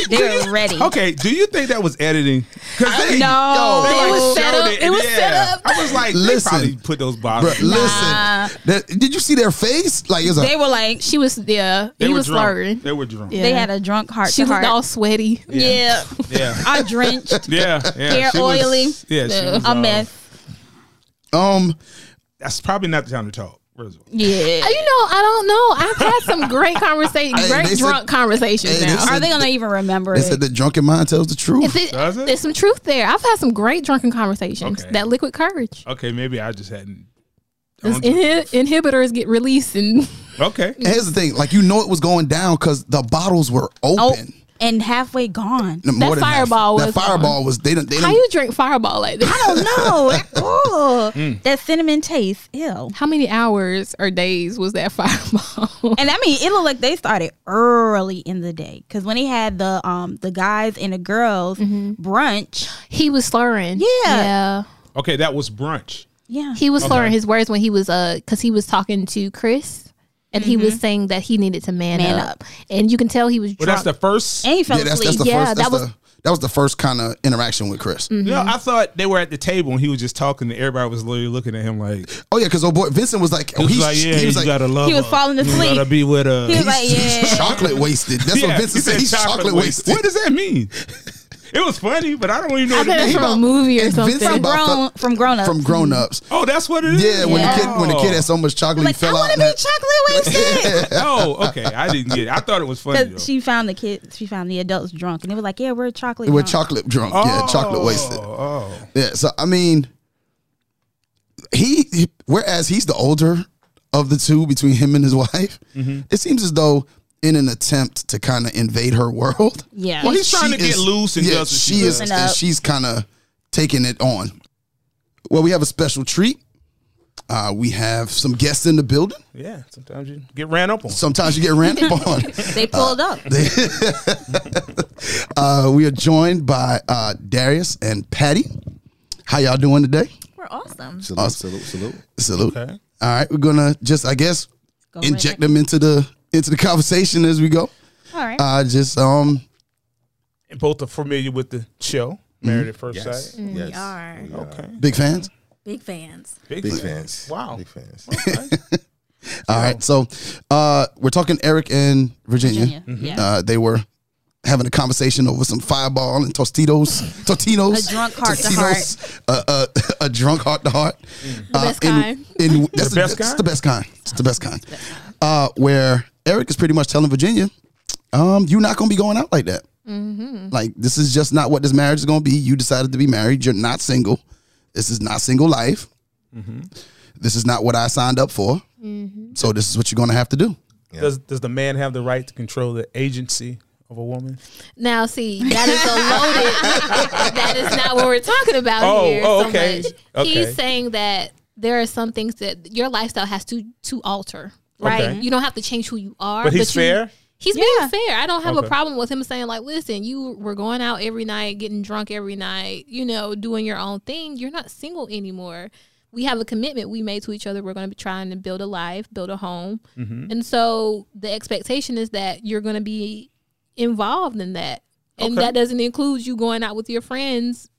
they're ready. Okay, do you think that was editing? Because they, No. they It was showed set up. It was set up. I was like, Listen. they probably put those Bruh, bottles. listen. That, did you see their face? Like it's a They were like, she was yeah. They he were was drunk. slurring. They were drunk. Yeah. they had a drunk heart She to looked heart. all sweaty. yeah. Yeah, I drenched. yeah, yeah. Hair She was- oily. yeah, she was, A uh, mess. um. That's probably not the time to talk. First of all. Yeah. You know, I don't know. I've had some great conversation, Hey, they great said- drunk conversations Hey, they now. said- Are they gonna even remember They it? said the drunken mind tells the Is truth. it- Does it? There's some truth there. I've had some great drunken conversations. Okay. That liquid courage. Okay, maybe I just hadn't. I Those don't know. inhi- inhibitors get released and Okay, And here's the thing, like you know it was going down because the bottles were oh, open. and halfway gone. No, more than half. Fireball That was fireball was. They didn't. They how didn't. you drink fireball like this? I don't know. Ooh, Mm. That cinnamon taste. Ew. How many hours or days was that fireball? And I mean, it looked like they started early in the day because when they had the um the guys and the girls Mm-hmm. brunch, he was slurring. Yeah. Yeah. okay, that was brunch. yeah, He was slurring his words when he was uh cuz he was talking to Chris and he Mm-hmm. was saying that he needed to man, Man up. up. And you can tell he was But drunk. that's the first. and he fell yeah, that's asleep. that's the Yeah, first. That's that was- Mm. the, that was the first kind of interaction with Chris. No, I thought they were at the table and he was just talking. And everybody was literally looking at him like, Oh yeah, because oh boy, Vincent was like, he oh, was he's, like, yeah, he was you like, gotta love. He was her. falling You asleep. gotta be with her. He was he's, like, he's yeah. chocolate wasted. That's Yeah, what he Vincent said. He's chocolate, wasted. What does that mean? it was funny, but I don't even know. I What bet it it's means. from a about- movie or and something. Vincent from about grown the- from grown ups. From grown ups. Oh, that's what it is. Yeah, when the kid when the kid had so much chocolate, like he I fell out. want to and be had- chocolate wasted. oh, okay. I didn't get it. I thought it was funny. Though. Because she found the kids, she found the adults drunk, and they were like, "Yeah, we're chocolate." We're drunk. chocolate drunk. oh, Yeah, chocolate wasted. Oh, Yeah, so I mean, he, he- whereas he's the older of the two between him and his wife, Mm-hmm. it seems as though in an attempt to kind of invade her world, yeah, Well, he's trying to get loose and yeah, does what she she is, does. and Up. she's kind of taking it on. Well, we have a special treat. Uh, we have some guests in the building. yeah. Sometimes you get ran up on. uh, Sometimes you get ran up on. they pulled up. Uh, we are joined by uh, Darius and Patty. How y'all doing today? We're awesome. Salute, salute, salute. Salute. All right, we're gonna just, I guess, Go right inject them into the into the conversation as we go. All right. Uh, just um, And both are familiar with the show, Married at First Mm-hmm. Sight. Yes. yes. We are We are. Okay. big fans. big fans. Big fans. Wow. Big fans. All right, so uh, we're talking Eric and Virginia. Virginia, yeah. Uh, they were having a conversation over some fireball and Tostitos, Totinos, A drunk heart to heart. Tostitos, uh, uh, a drunk heart to heart. Uh, The best kind. that's The best that's kind? the best kind. It's the best kind. Uh, where Eric is pretty much telling Virginia, um, "You're not going to be going out like that. Like this is just not what this marriage is going to be. You decided to be married. You're not single. This is not single life. This is not what I signed up for. So this is what you're going to have to do." Does does the man have the right to control the agency of a woman? Now, see, that is a loaded. that is not what we're talking about Oh, here. oh, so okay. much. Okay. He's saying that there are some things that your lifestyle has to to alter. Right, Okay. you don't have to change who you are. But he's you- fair? He's Yeah. being fair. I don't have Okay. a problem with him saying like, "Listen, you were going out every night, getting drunk every night, you know, doing your own thing. You're not single anymore. We have a commitment we made to each other. We're going to be trying to build a life, build a home, Mm-hmm. and so the expectation is that you're going to be involved in that, and Okay. that doesn't include you going out with your friends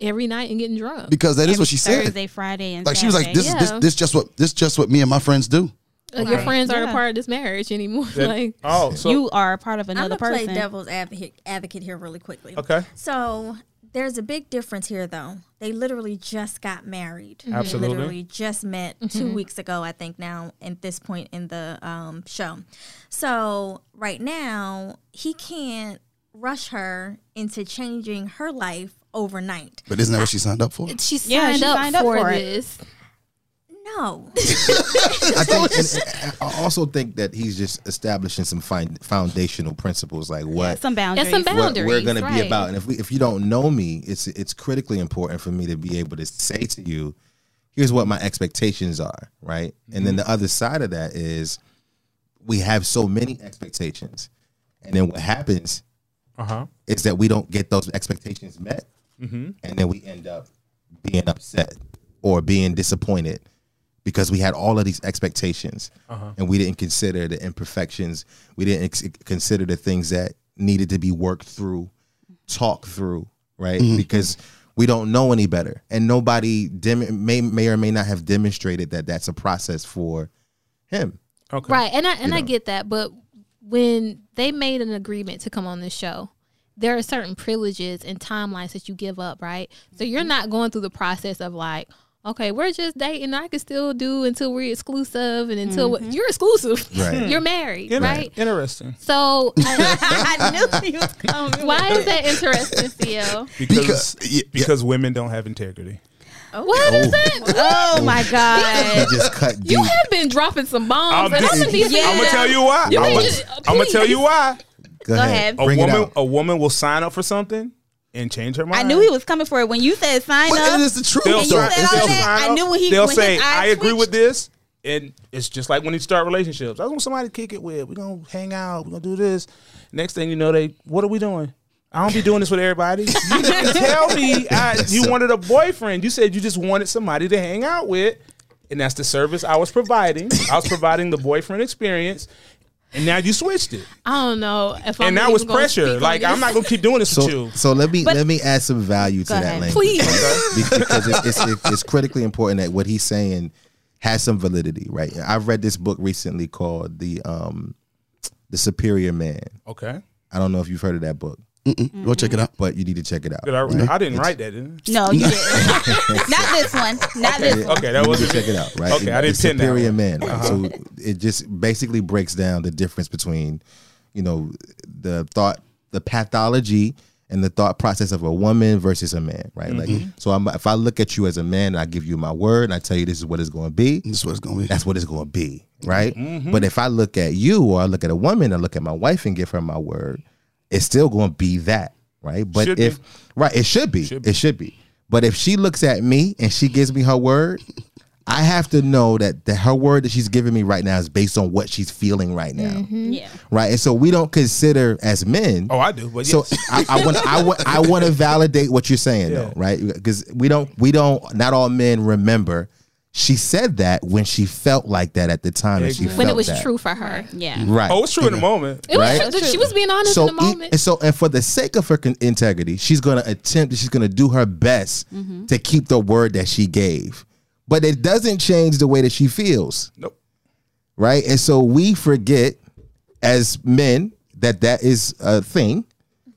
every night and getting drunk. Because that is what she Thursday, said. Friday, and like she was like, Saturday. "This is Yeah. this this just what this just what me and my friends do." Like, your friends aren't Yeah. a part of this marriage anymore. That- Mm-hmm. like, oh, so you are a part of I'm another gonna play person." devil's advocate, advocate here really quickly. okay, So there's a big difference here, though. They literally just got married. Mm-hmm. They Absolutely. literally just met two weeks ago, I think. Now at this point in the um, show, so right now he can't rush her into changing her life overnight. But isn't that what she signed up for? she signed, Yeah, she up, signed up for, for it. this. No, I think, and I also think that he's just establishing some fin- foundational principles, like what Some And boundaries. some what boundaries. we're going to right. be about. And if we, if you don't know me, it's it's critically important for me to be able to say to you, here's what my expectations are, right? And Mm-hmm. then the other side of that is we have so many expectations, and then what happens uh huh. is that we don't get those expectations met, Mm-hmm. and then we end up being upset or being disappointed because we had all of these expectations Uh-huh. and we didn't consider the imperfections. We didn't ex- consider the things that needed to be worked through, talked through, right? Because we don't know any better, and nobody dem- may may or may not have demonstrated that that's a process for him. Okay, Right. And I and I get that, but when they made an agreement to come on this show, there are certain privileges and timelines that you give up, right? So you're not going through the process of like, okay, we're just dating. I can still do until we're exclusive and until what you're exclusive. Right. you're married, Inter- right? Interesting. So I- I knew he was coming. why is that interesting, CL? Because Because- yeah, because women don't have integrity. What is that? oh my He god! just cut deep. You have been dropping some bombs. I'm, and I'm gonna be gonna offended. tell you why. You I'm, ain't gonna, just- uh, I'm gonna tell you why. Go, ahead. A Bring it woman, out. a woman will sign up for something and change her mind. I knew he was coming for it when you said sign But up. it is the truth. They'll, And you sign- said all they'll that, sign I up. knew when he- They'll when say, his "I eyes agree with twitched. this," and it's just like when you start relationships. That's when somebody kick it with. We're gonna hang out. We're gonna do this. Next thing you know, they what are we doing? I don't be doing this with everybody. You didn't tell me I, you wanted a boyfriend. You said you just wanted somebody to hang out with, and that's the service I was providing. I was providing the boyfriend experience, and now you switched it, I don't know if I'm and now even it's gonna speak pressure. on Like this. I'm not gonna keep doing this with So, you. so let me But- let me add some value to Go that ahead. language. Please. Be- because it's, it's, it's- it's critically important that what he's saying has some validity, right? I've read this book recently called the um, the Superior Man. Okay, I don't know if you've heard of that book, Go check it out. but you need to check it out. Did I, right? I didn't write that. Didn't I? no, you didn't. Not this one. Not this one. Okay, that You need to wasn't check it out, right? Okay, I The didn't pin that Superior one. Uh-huh. Man. Right? So it just basically breaks down the difference between, you know, the thought, the pathology, and the thought process of a woman versus a man, right? Mm-hmm. Like, so I'm, if I look at you as a man and I give you my word and I tell you this is what it's going to be, This is what it's gonna be. that's what it's going to be, Mm-hmm. right? But if I look at you or I look at a woman, I look at my wife and give her my word, it's still going to be that, right? But Should if right, it should be, it should be. But if she looks at me and she gives me her word, I have to know that the, her word that she's giving me right now is based on what she's feeling right now, Yeah. right? And so we don't consider as men. Oh, I do. But So yes. I, I want I want I want to validate what you're saying Yeah. though, right? Because we don't we don't not all men remember. She said that when she felt like that at the time, and she Exactly. when it felt was that. true for her. Yeah. right? oh, it's true in the moment. It Right? was, she was being honest so in the e- moment. and so and for the sake of her con- integrity, she's going to attempt. She's going to do her best Mm-hmm. to keep the word that she gave, but it doesn't change the way that she feels. Nope. right? And so we forget as men that that is a thing,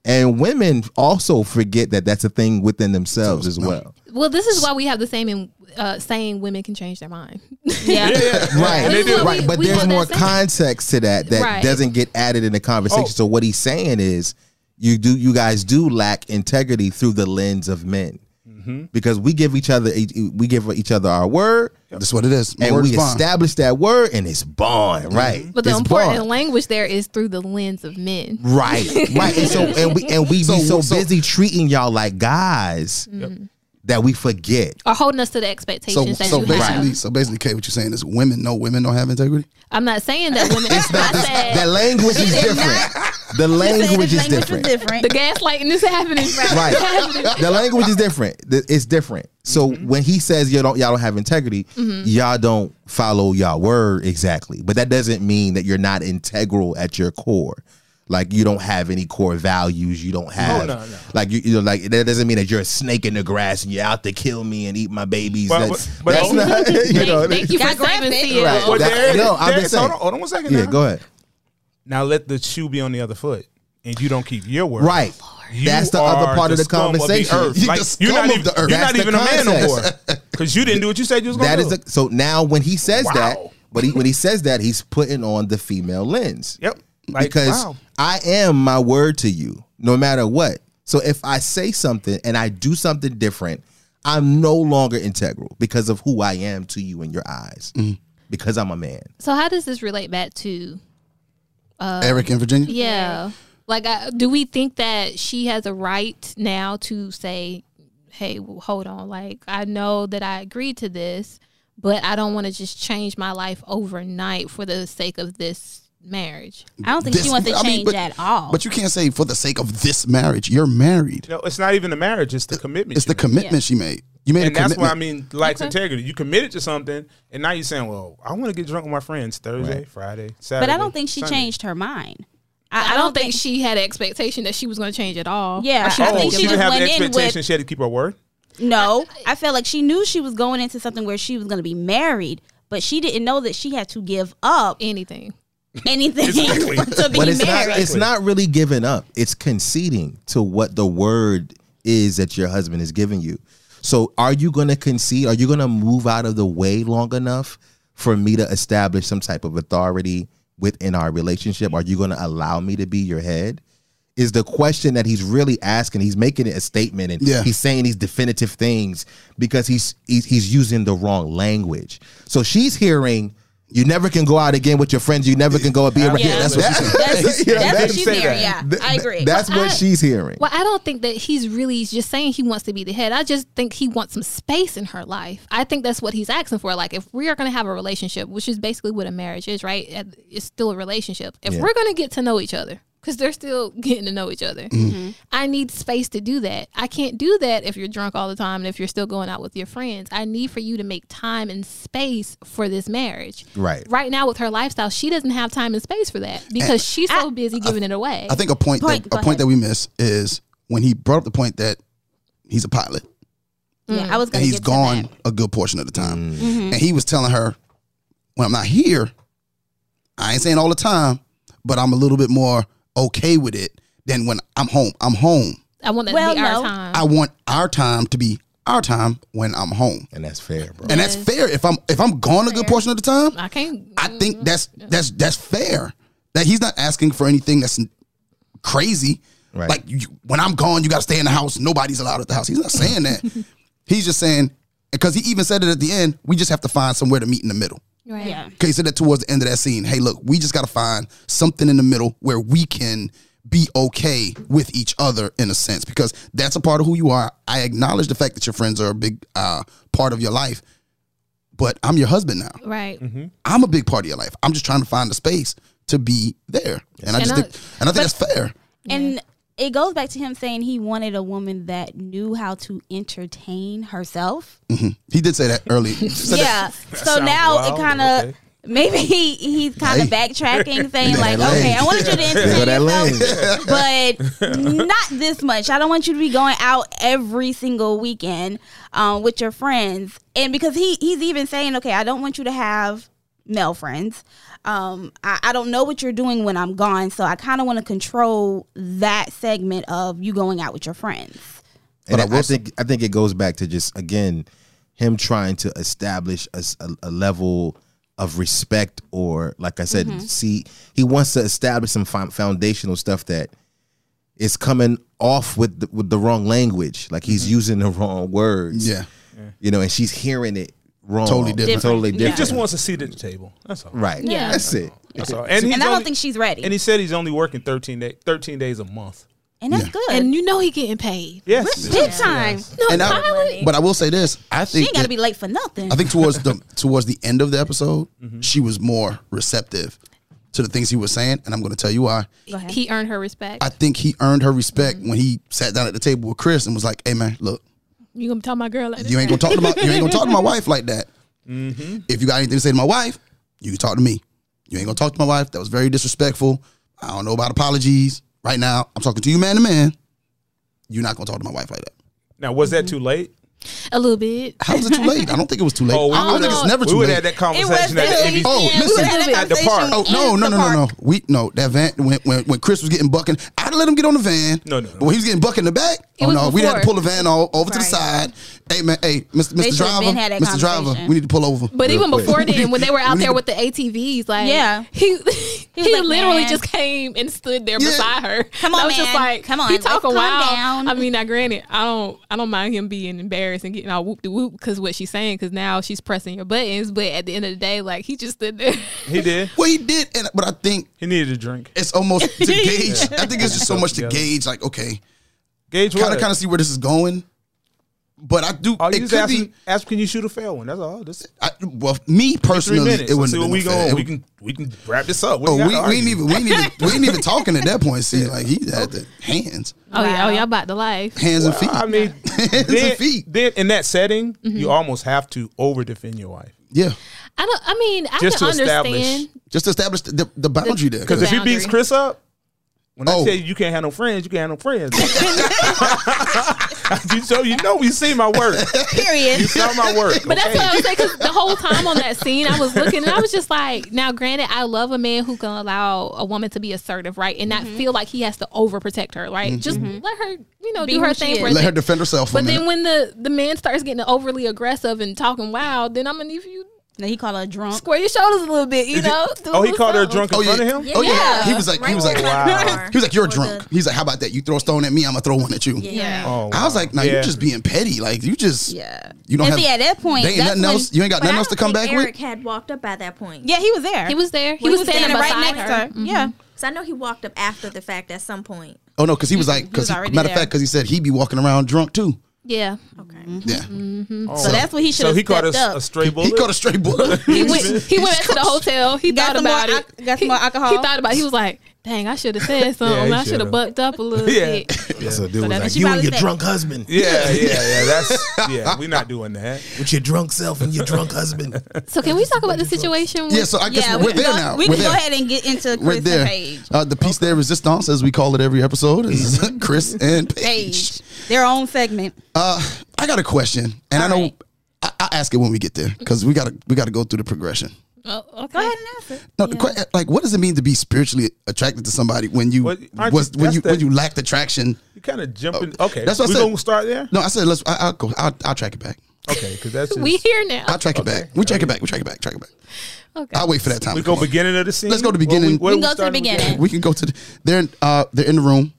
and women also forget that that's a thing within themselves as well, well, this is why we have the same in, uh, saying women can change their mind. Yeah. Yeah, yeah. right? And they do. right. We- But we there's want more that same- context to that that Right. doesn't get added in the conversation. Oh. So what he's saying is, you do you guys do lack integrity through the lens of men. Mm-hmm. Because we give each other, we give each other our word, That's what it is. My and word we is bond. Mm-hmm. establish that word, and it's bond, right? But the It's important bond. language there is through the lens of men. Right, right. And so and we and we So- be so, so- busy treating y'all like guys Mm. that we forget. Or holding us to the So, expectations that so you basically, have. so basically, Kate, what you're saying is women, no women don't have integrity. I'm not saying that women. I said That language is different. The language is language different. was different. the gaslighting is happening. Right. The language is different. The- It's different. So when he says you don't y'all don't have integrity, y'all don't follow y'all word exactly. But that doesn't mean that you're not integral at your core. Like you don't have any core values. You don't have Oh, no, no. like you, you know like that doesn't mean that you're a snake in the grass and you're out to kill me and eat my babies. But- that's but- that's but- not you Thank, know. thank you for Got saving graphic. CL. Right. Well, That- there, no, I'm there- just saying. Hold on, hold on one second. Yeah, now. go ahead. Now let the shoe be on the other foot, and you don't keep your word. Right. You That's the other are part of the scum conversation. earth. You're Like, the you're not scum of even, the earth. You're not That's even the a man no more context. because you didn't do what you said you was going That to is do. the, so now when he says that, Wow. but he, when he says that, he's putting on the female lens. yep. Like, because wow. I am my word to you, no matter what. So if I say something and I do something different, I'm no longer integral because of who I am to you in your eyes. Because I'm a man. So how does this relate back to Uh, Eric in Virginia. yeah? Like, I, do we think that she has a right now to say, "Hey, w- hold on. Like, I know that I agreed to this, but I don't want to just change my life overnight for the sake of this marriage." I don't think This- she wants to I change mean, but- at all. But you can't say for the sake of this marriage. You're married. No, it's not even the marriage; it's the commitment. It's you the commitment she made. You made and a that's commitment. why I mean lacks integrity. You committed to something, and now you're saying, "Well, I want to get drunk with my friends Thursday, Friday, Saturday." but I don't think she Sunday." changed her mind. I, don't think she had an expectation that she was going to change at all. Yeah, Or she I was Oh, think thinking she she didn't just have an went in with- expectation. She had to keep her word. No, I felt like she knew she was going into something where she was going to be married, but she didn't know that she had to give up anything. anything Exactly. to be But it's married. not it's not really giving up. It's conceding to what the word is that your husband is giving you. So are you gonna concede? Are you gonna move out of the way long enough for me to establish some type of authority within our relationship? Are you gonna allow me to be your head? Is the question that he's really asking. He's making it a statement and Yeah. he's saying these definitive things because he's he's, he's using the wrong language. So she's hearing you never can go out again with your friends. You never can go and be around. Yeah, that's what she said. That's, Yeah, that's that- what she's say married. Yeah, that. I agree. That's what I- she's hearing. Well, I don't think that he's really just saying he wants to be the head. I just think he wants some space in her life. I think that's what he's asking for. Like, if we are going to have a relationship, which is basically what a marriage is, right? It- It's still a relationship. If Yeah. we're going to get to know each other, because they're still getting to know each other, I need space to do that. I can't do that if you're drunk all the time and if you're still going out with your friends. I need for you to make time and space for this marriage. Right. Right now, with her lifestyle, she doesn't have time and space for that because she's so busy giving it away. I think a point, Point, that, go a ahead. point that we miss is when he brought up the point that he's a pilot yeah, I was going to and Mm-hmm. he's get to gone that. a good portion of the time, Mm-hmm. and he was telling her, "When I'm not here, I ain't saying all the time, but I'm a little bit more okay with it than when I'm home. I'm home. I want that Well, to be our no. time. I want our time to be our time when I'm home, and that's fair, bro. and that's fair. If I'm if I'm gone a good portion of the time, I can't. I think that's that's that's fair. That he's not asking for anything that's crazy. Right. Like you, when I'm gone, you got to stay in the house. Nobody's allowed at the house. He's not saying that. he's just saying because he even said it at the end. We just have to find somewhere to meet in the middle. Right. Yeah. Okay, he said that towards the end of that scene. Hey, look, we just got to find something in the middle where we can be okay with each other in a sense because that's a part of who you are. I acknowledge the fact that your friends are a big uh, part of your life, but I'm your husband now. Right. I'm a big part of your life. I'm just trying to find a space to be there, and I And just I- think, and I think that's fair. And it goes back to him saying he wanted a woman that knew how to entertain herself. He did say that early. He said that- yeah. so now wild, it kind of okay. maybe he, he's kind Hey. of backtracking, saying Go like, that okay, lane. I wanted you to Go entertain that lane. yourself, but not this much. I don't want you to be going out every single weekend um, with your friends, and because he he's even saying, okay, I don't want you to have male friends. Um, I, I don't know what you're doing when I'm gone, so I kind of want to control that segment of you going out with your friends. And But I I, will I s- think I think it goes back to just again him trying to establish a, s- a- a level of respect or like I said, see he wants to establish some fo- foundational stuff that is coming off with the, with the wrong language, like he's using the wrong words. yeah. you know, and she's hearing it wrong, Totally different. totally Different, yeah. different. He Just wants a seat at the table. That's all. right. Yeah. that's it. That's all. And, he's And I only- don't think she's ready, And and, he said he's only working 13, day, 13 days a month. that's good. And you know he getting paid. Yes. Big time. No, And I, Tyler. but I will say this: I She think ain't got that- to be late for nothing. I think towards the towards the end of the episode, Mm-hmm. she was more receptive to the things he was saying, and I'm going to tell you why. He earned her respect. I think he earned her respect when he sat down at the table with Chris and was like, "Hey man, look, you gonna tell my girl like you ain't gonna talk to my you ain't gonna talk to my wife like that. Mm-hmm. If you got anything to say to my wife, you can talk to me. You ain't gonna talk to my wife. That was very disrespectful. I don't know about apologies. Right now, I'm talking to you man to man. You're not gonna talk to my wife like that. Now, was that too late? a little bit. How was it too late? I don't think it was too late. I don't would've- think it's never Oh, We too would late. have had that conversation at the ABC. Oh, listen. At the park. Oh no, no, no, no, no. We no that van when when, when Chris was getting bucking, I didn't let him get on the van. No, no, no. When he was getting buck in the back, oh was no, we had to before. pull the van all over to the Right. side. Hey man, hey, Mr. They Mr. should've Driver, been had that Mr. Driver, conversation. we need to pull over. But Real even quick. before then, when they were out We there need- with the ATVs, like Yeah. he he, was like, literally "Man." just came and stood there Yeah. beside her. Come And on, I was just man. like, Come on, he let's talking calm wild. down. I mean, now granted, I don't I don't mind him being embarrassed and getting all whoop de whoop because what she's saying because now she's pressing your buttons. But at the end of the day, like he just stood there. Oh. He did. Well, he did, and but I think He needed a drink. it's almost to gauge. I think it's just so much to Together. gauge. Like, okay, Gage kind of what? kind of see where this is going. But I do. All you it just could ask, be. ask, can you shoot a fair one? That's all. That's I, well, me three personally, minutes. it wouldn't see have what we been no going. fair. It We w- can we can wrap this up. Oh, gotta we, we argue. ain't even we ain't even we ain't even talking at that point. See, like he had the hands, Oh yeah, oh y'all about the life. hands and feet. I mean, Hands then, and feet. then in that setting, Mm-hmm. you almost have to over defend your wife Yeah, I don't. I mean, I Just can to establish. understand. just to establish the, the boundary there. because if he Boundary. beats Chris up, when Oh. I tell you you can't have no friends, you can't have no friends. You- so you know you see my work. Period. You saw my work. But that's okay? what I was saying. Because the whole time on that scene, I was looking and I was just like, now, granted, I love a man who can allow a woman to be assertive, right? And Mm-hmm. not feel like he has to overprotect her, right? Just let her, you know, Be do her who she thing. is. for a Let her sec. defend herself. but a then minute. when the, the man starts getting overly aggressive and talking wild, then I'm going to leave you No, he called her a drunk. square your shoulders a little bit, you know? Do oh, he what's called her up. drunk in oh front yeah, of him. oh yeah, he was like he Right was like before Wow. the bar. he was like you're Or drunk. the- He's like how about that? You throw a stone at me, I'm gonna throw one at you. Yeah. Oh, I was wow. like, no, Yeah. you're just being petty. Like you just Yeah. you don't and have see, at that point, They ain't that's nothing when- else. You ain't got But I nothing else don't to come think back Eric with. had walked up by that point. Yeah, he was there. He was there. He, When was, standing, beside right her. next to her. Mm-hmm. Yeah. So I know he walked up after the fact at some point. Oh no, because he was like, because was already matter of there. fact, because he said he'd be walking around drunk too. Yeah. Okay. Yeah, Oh. So that's what he should so have he caught stepped a, up. a stray bullet. he caught a straight bullet. He went, he went back to the hotel. He Got thought some more about al- it. got some he, more alcohol? He thought about it. He was like, dang, I should have said something. he I should shoulda. have bucked up a little Yeah. bit. That's what dude that's was like, what you you probably and your said. drunk husband, yeah, yeah, yeah. That's yeah. We're not doing that. with your drunk self and your drunk husband. So can we talk about the situation? Yeah, so I guess yeah, we're can there go, now. We We're can there. go ahead and get into We're Chris there. and Paige. Uh, the piece there, resistance, as we call it every episode, is Mm-hmm. Chris and Paige. Paige, their own segment. Uh, I got a question, and I know right. I, I ask it when we get there because we gotta we gotta go through the progression. oh, okay. Go ahead and ask it. No, the que- like what does it mean to be spiritually attracted to somebody when you Well, aren't was you- when you that's when the- you lacked attraction? You kind of jumping. Okay, Oh, that's what I we said. gonna start there. No, I said let's. I, I'll go. I'll, I'll track it back. Okay, because that's just, We here now. I'll track it back. We track it back. We track it back. Track it back. Okay. I'll wait for that time. we to go come up. beginning of the scene. Let's go to Where beginning. where We can go to the starting beginning. We can go to. The, they're in, uh they're in the room,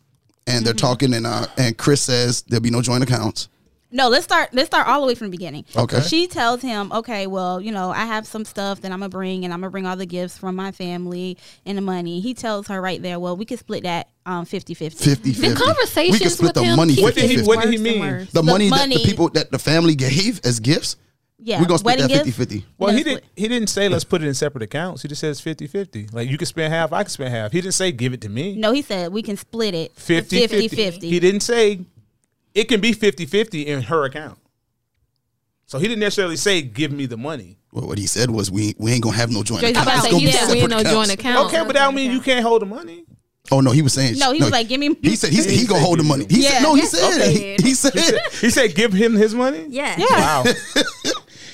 and Mm-hmm. they're talking, and uh and Chris says there'll be no joint accounts. No, let's start. Let's start all the way from the beginning. Okay. She tells him, "Okay, well, you know, I have some stuff that I'm gonna bring, and I'm gonna bring all the gifts from my family and the money." He tells her right there, "Well, we could split that um 50-50. 50 The conversations we can split with the him money keep What did he- getting what did he worse and mean? worse. The the, money, that money- the people that the family gave as gifts yeah, We're gonna split wedding that 50 gift. 50. We're Well, gonna he split- didn't. He didn't say let's put it in separate accounts. He just says 50-50. Like you can spend half, I can spend half. He didn't say give it to me. No, he said we can split it 50 50 50. He didn't say it can be 50-50 in her account. So he didn't necessarily say give me the money. Well, what he said was we we ain't gonna have no joint Jay-Z account. about About to It's to gonna say, be yeah, we separate ain't no accounts. joint account. Okay, but that don't mean you can't hold the money. Oh no, he was saying. No, he was like, give me- He said he, said he gonna hold the money. He said Yeah. no. He Yes, said okay. it. he, he said He said give him his money. Yeah. Wow.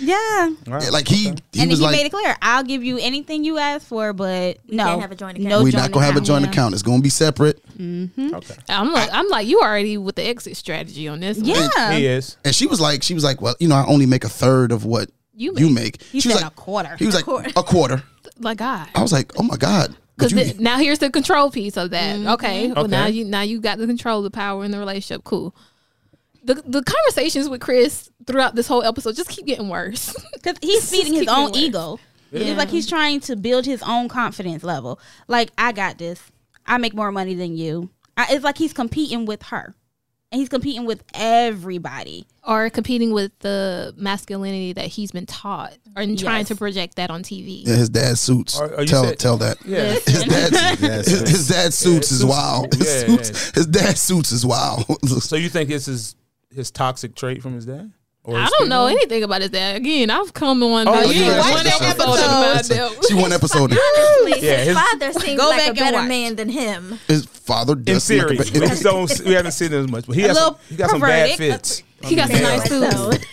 Yeah. Wow. like he he and then was he like made it clear, I'll give you anything you ask for, but no, can't have a joint No account. we're joint not gonna have a account. joint Yeah. account. It's gonna be separate. okay. I'm like, I'm like, you already with the exit strategy on this. one. Yeah, He is. And she was like, she was like, well, you know, I only make a third of what you You make. He she was said like a quarter. He was like a quarter. like God. I was like, oh my god. But Because you, now here's the control piece of that. Okay, well Okay. now you now you got the control, the power in the relationship. Cool. The the conversations with Chris throughout this whole episode just keep getting worse. because he's feeding his keep me own worse. ego. It's like he's trying to build his own confidence level. Like I got this. I make more money than you. I, it's like he's competing with her, and he's competing with everybody. or competing with the masculinity that he's been taught, or and trying Yes. to project that on TV. yeah, his dad's suits. Are- are you tell said- tell that. Yeah. His dad's Yes, his, his dad's suits is suits- wild. His, yeah, yeah, suits, yeah. his dad's suits is wild. So you think this is his toxic trait from his dad? Or I his don't know anything about his dad. Again, I've come on Oh, the- you one watched the episode episode. about them. she one episode. in. Honestly, Yeah, his, his- father seems Go back like a and better watch. man than him. His father in does look series. a we, bit- just don't, we haven't seen it as much, but he, has little some, he got some bad perverted. fits. He got some nice Yeah. suits.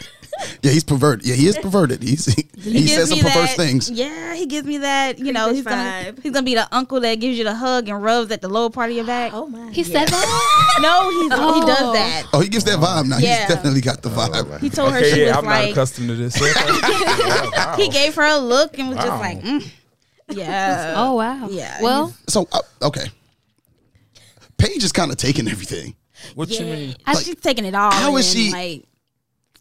Yeah, he's perverted. Yeah, he is perverted. He's he, gives says some me perverse that- things. Yeah, he gives me that. You know, Creepy he's gonna vibe. he's gonna be the uncle that gives you the hug and rubs at the lower part of your back. Oh my. He said that. No, he's, he does Oh. that. Oh, he gives that vibe now. Yeah. He's definitely got Oh, the vibe. He told her she Okay, yeah, was I'm not like, accustomed to this. Yeah, "Oh, wow. he gave her a look and was Wow. just like, mm, yeah. Oh wow. Yeah, Well, So uh, okay, Paige is kind of taking everything. What you mean? I, Like, she's taking it all. how is in, she- Like,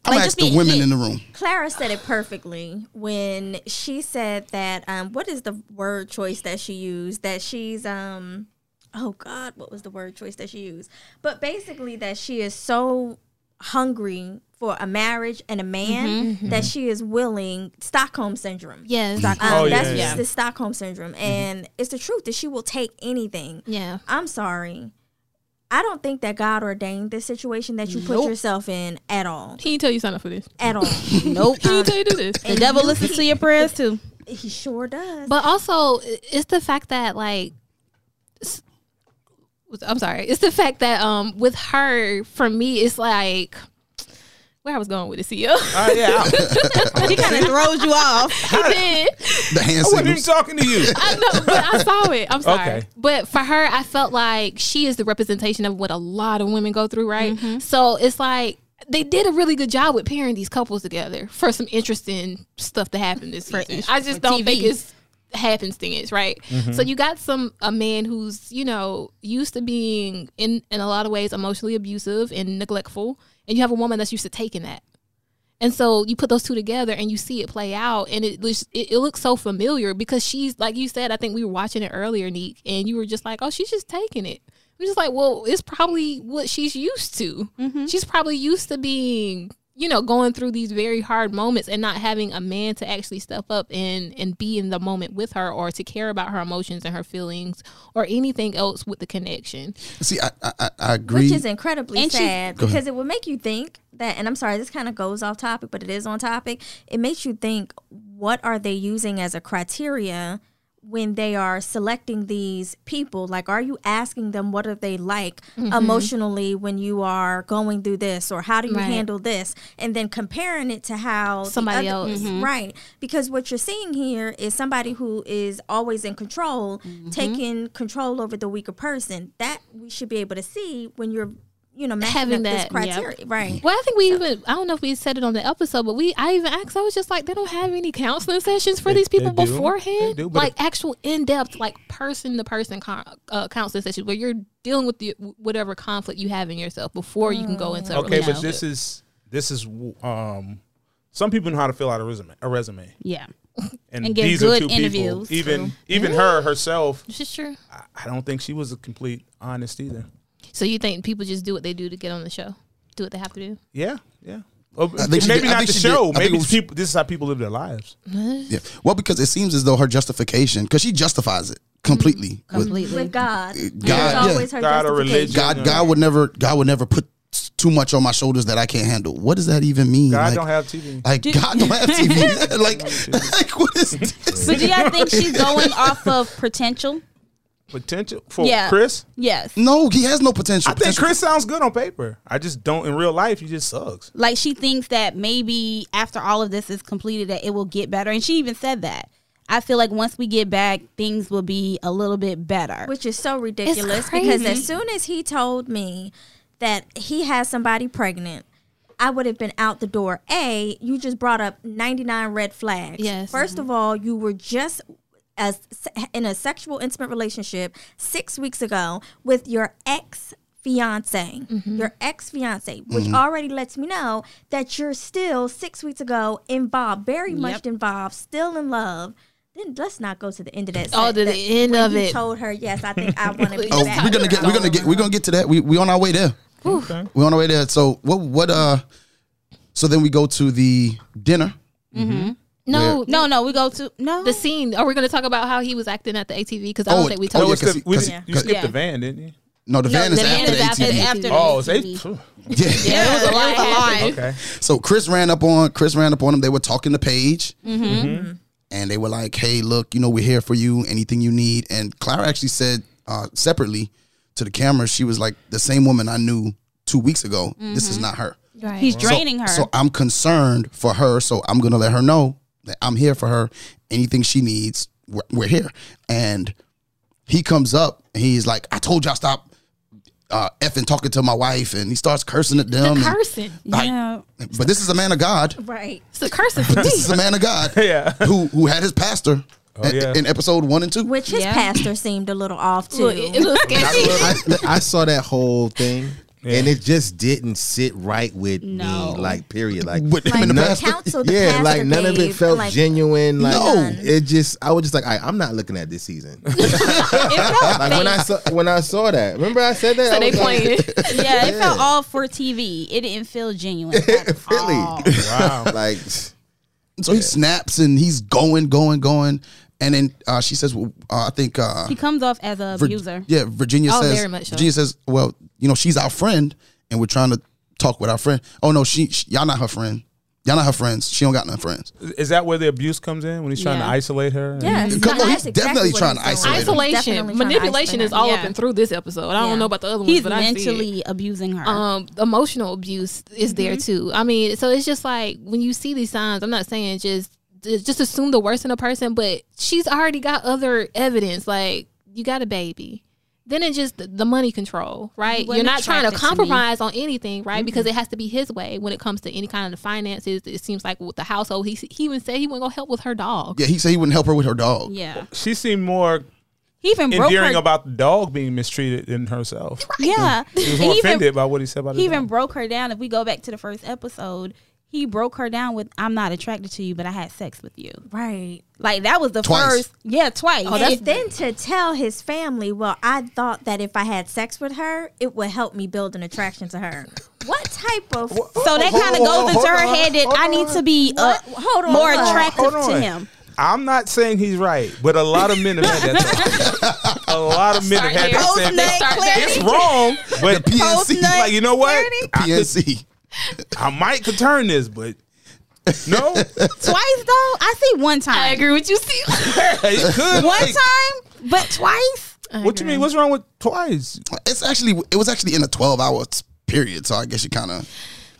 I'm Like, asking just the be- women be- in the room. Clara said it perfectly when she said that. Um, what is the word choice that she used? That she's um, oh God, what was the word choice that she used? But basically, that she is so hungry for a marriage and a man Mm-hmm. that she is willing Stockholm syndrome. yes. Um, Oh, yeah, that's yeah. Mm-hmm. the Stockholm syndrome, and it's the truth that she will take anything. Yeah. I'm sorry. I don't think that God ordained this situation that you put yourself in at all. He didn't tell you sign up for this. At all. nope. He didn't tell you to do this. the devil listens to your prayers too. he sure does. But also, i- it's the fact that like, s- I'm sorry, it's the fact that um with her, for me, it's like where I was going with E this. CEO. Oh, yeah. I- She kind of throws you off. I did. The hand I wasn't even signals. talking to you. I know, but I saw it. I'm sorry. Okay. But for her, I felt like she is the representation of what a lot of women go through, right? So it's like they did a really good job with pairing these couples together for some interesting stuff that happened this season. I just don't think it's happenstance, right? So you got some a man who's, you know, used to being in in a lot of ways emotionally abusive and neglectful, and you have a woman that's used to taking that. And so you put those two together and you see it play out and it looks- it, it looks so familiar because she's like you said I think we were watching it earlier Neek and you were just like oh she's just taking it. I'm just like well it's probably what she's used to. She's probably used to being you know going through these very hard moments and not having a man to actually step up and and be in the moment with her or to care about her emotions and her feelings or anything else with the connection. See, I I, I- I agree. which is incredibly And she's- sad because it would make you think that and i'm sorry this kind of goes off topic but it is on topic it makes you think what are they using as a criteria when they are selecting these people like are you asking them what are they like Mm-hmm. emotionally when you are going through this or how do you Right. handle this and then comparing it to how the Somebody other- else. right because what you're seeing here is somebody who is always in control Mm-hmm. taking control over the weaker person that we should be able to see when you're you know matching Having up that, this criteria right Well, I think we even I don't know if we said it on the episode, but we I even asked. I was just like, they don't have any counseling sessions for They- these people they do. beforehand, They do, but like actual in depth, like person to person counseling sessions where you're dealing with the whatever conflict you have in yourself before you can go into a Okay, but relationship. this is this is um some people know how to fill out a resume a resume. Yeah. And, And give these good are two interviews. people. Even even her herself, This is true. I, I don't think she was a complete honest either. So you think people just do what they do to get on the show, do what they have to do? Yeah, yeah. Uh, I think she maybe did- I not think the she did- show. I think maybe it was- people. This is how people live their lives. Yeah. Well, because it seems as though her justification, because she justifies it completely. Mm-hmm. with- completely. with God. Mm-hmm. God, There's yeah. always her God or justification. religion. uh, God, God would never, God would never put s- too much on my shoulders that I can't handle. What does that even mean? God like, don't have TV. like God don't have TV. like, like what is this? But do y'all think she's going off of potential? Potential for Yeah. Chris. Yes. No, he has no potential. I think Potential- Chris sounds good on paper. I just don't in real life. He just sucks. Like she thinks that maybe after all of this is completed that it will get better. And she even said that. I feel like once we get back, things will be a little bit better. which is so ridiculous because as soon as he told me that he has somebody pregnant I would have been out the door. A, you just brought up 99 red flags. Yes. uh-huh. 1st of all, you were just as in a sexual intimate relationship 6 weeks ago with your ex fiance. Mm-hmm. Your ex fiance, which Mm-hmm. already lets me know that you're still 6 weeks ago involved, very much involved, still in love. Then let's not go to the end of that. Oh, sentence. to the end when of you it. told her, yes, I think I want to be Oh, back. we're gonna get, we're gonna get, we're gonna get to that. We we on our way there. We're on our way there. So what what uh, so then we go to the dinner. No, no, no, we go to no. The scene. Are we going to talk about how he was acting at the ATV? Because I Oh, don't think we oh, talked. yeah, about What's the- we- 'cause- you 'cause- skipped Yeah. the van, didn't you? No, the van is the van after is the after the ATV. ATV. Oh, it's ATV. eight. Yeah. Yeah, it was a lot. happened. Okay. So Chris ran up on Chris ran up on him. They were talking to Paige, and they were like, "Hey, look, you know we're here for you. Anything you need." And Clara actually said uh, separately to the camera, she was like, "The same woman I knew two weeks ago. This is not her." Right. He's draining her. So I'm concerned for her. So I'm gonna let her know that I'm here for her. Anything she needs, we're, we're here. And he comes up and he's like, "I told y'all stop." Uh, effing talking to my wife, and he starts cursing at them. and- cursing. like, yeah. but this is a man of God. Right. It's the cursing for This is me. a man of God Yeah. who who had his pastor in- yeah. in episode one and two. Which his Yeah. pastor seemed a little off too. Look, it, it looks sketchy. I, I saw that whole thing, and it just didn't sit right with No. me. Like, period. Like, With him like and the the pastor. counsel the yeah, pastor like none of it gave, felt like, genuine. Like, No. it just I was just like, I, I'm not looking at this season. like when I saw when I saw that. Remember I said that. So I they was like, playing. Yeah, it felt all for TV. It didn't feel genuine. at Really? all. Wow. Like, So he snaps and he's going, going, going, and then uh, she says, well, uh, "I think." Uh, He comes off as an Vir- abuser. Yeah, Virginia Oh, says. very much so. Virginia says, "Well, you know, she's our friend, and we're trying to talk with our friend. Oh no, she, she y'all not her friend. Y'all not her friends. She don't got no friends. Is that where the abuse comes in when he's trying to Yeah. isolate her? Yes. Come on, he's That's definitely what trying he's to doing. isolate her. Isolation, Definitely trying to manipulation isolate is all her. up and through this episode. I Yeah. don't know about the other ones, He's but I see it. mentally abusing her. um emotional abuse is there too i mean so it's just like when you see these signs i'm not saying just just assume the worst in a person but she's already got other evidence like you got a baby then it's just the- the money control right wasn't you're not trying to attracted to me. compromise on anything right because it has to be his way when it comes to any kind of finances it seems like with the household he, he even said he wasn't gonna help with her dog Yeah, he said he wouldn't help her with her dog. yeah. She seemed more He even broke her. endearing about the dog being mistreated than herself. yeah. She was And more he even- offended by what he said about the he even dog. broke her down. If we go back to the first episode, he broke her down with "I'm not attracted to you, but I had sex with you." Right. Like that was the Twice. first, yeah, twice. and then to tell his family, well, I thought that if I had sex with her, it would help me build an attraction to her. What type of so that kind of goes into her head that I need to be uh, What? Hold on, more hold on. attractive Hold to on. him. I'm not saying he's right, but a lot of men have had that thought. a lot of men have had that Post same nut thought. It's clarity. wrong, but PNC. He's like, you know what? I, could, PNC. I might could turn this, but no, Twice though, I see one time. i agree with you see it could. One Like, time, but twice. What you mean? What's wrong with twice? It's actually it was actually in a twelve hour s- period, so I guess you kind of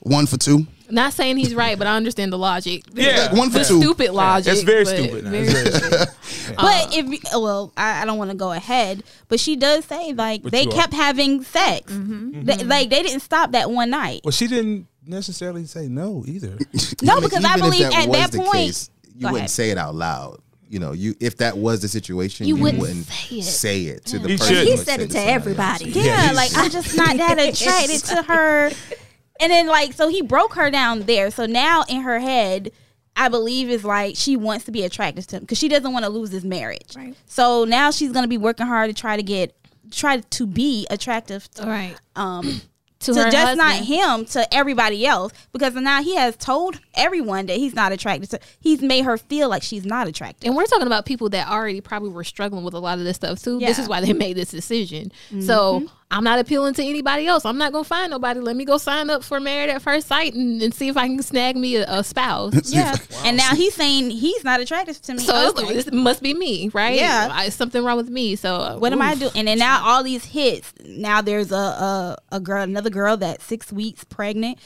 one for two. not saying he's right but i understand the logic Yeah, Like one for the two. stupid logic it's very but stupid. now. very- It's very stupid. Uh. But if you- well, I, I don't want to go ahead, but she does say like they you are. kept having sex. Mm-hmm. They- like they didn't stop that one night. Well, she didn't necessarily say no either. No, because I even if believe at was that the point, case, you Go wouldn't ahead. say it out loud. You know, you if that was the situation, You you, wouldn't wouldn't, say say it. it, to the You person. shouldn't. He or said it to somebody else. everybody. yeah, he's- like I'm just not that attracted to her. And then like so he broke her down there. So now in her head, I believe is like she wants to be attracted to him because she doesn't want to lose his marriage. Right. So now she's gonna be working hard to try to get try to be attractive to All right. um To, to her just not husband. him to everybody else because now he has told everyone that he's not attracted to he's made her feel like she's not attracted And we're talking about people that already probably were struggling with a lot of this stuff too. This Yeah. is why they made this decision. So I'm not appealing to anybody else. I'm not gonna find nobody. Let me go sign up for married at first sight and, and see if I can snag me a, a spouse. yeah and now he's saying he's not attracted to me So it's- Okay. this must be me, right? Yeah. I, it's something wrong with me. So what am I oof. doing? And then now all these hits. Now there's a a, a girl, another girl that's six weeks pregnant.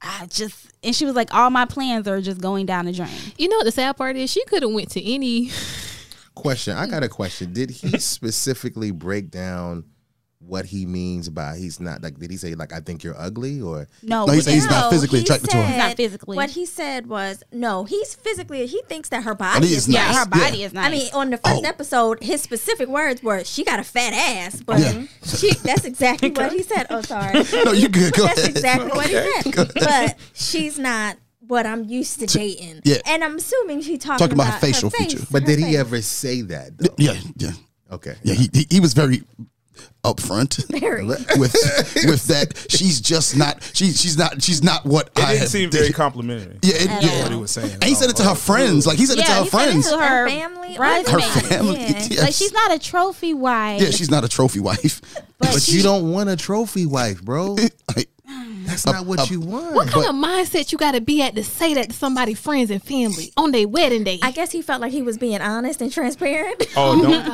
I just and she was like, all my plans are just going down the drain. You know what the sad part is? She could have went to any. Question. I got a question. Did he specifically break down what he means by he's not like? Did he say like I think you're ugly or No, No, we he said he's can't. not physically attracted to her. said- Not physically. What he said was, no, he's physically. He thinks that her And body he is. is nice. yeah, nice. her body is nice. I mean, on the first Oh. episode, his specific words were, "She got a fat ass," but Yeah. she, that's exactly what he said. Oh, sorry. no, you good. Go That's ahead. exactly what he Okay. Go said. ahead. But she's not what I'm used to dating. yeah. And I'm assuming she talking, Talking about about, her facial her face, feature. But her did he face. ever say that? Though? Yeah, yeah, Okay. yeah. He, he, he was very upfront Very. with with that. She's just not. She she's not. She's not what I It didn't have seem dated. very complimentary. Yeah, it, At yeah. all. What he was saying. And he said it to her friends. Like he said it to Yeah, her he said it friends. to Her her family, bridesmaid. Her family. Yeah. Yes. like she's not a trophy wife. yeah, she's not a trophy wife. But you don't want a trophy wife, bro. Like, That's not what you want. What kind of mindset you got to be at to say that to somebody, friends and family on their wedding day? I guess he felt like he was being honest and transparent. Oh, don't. you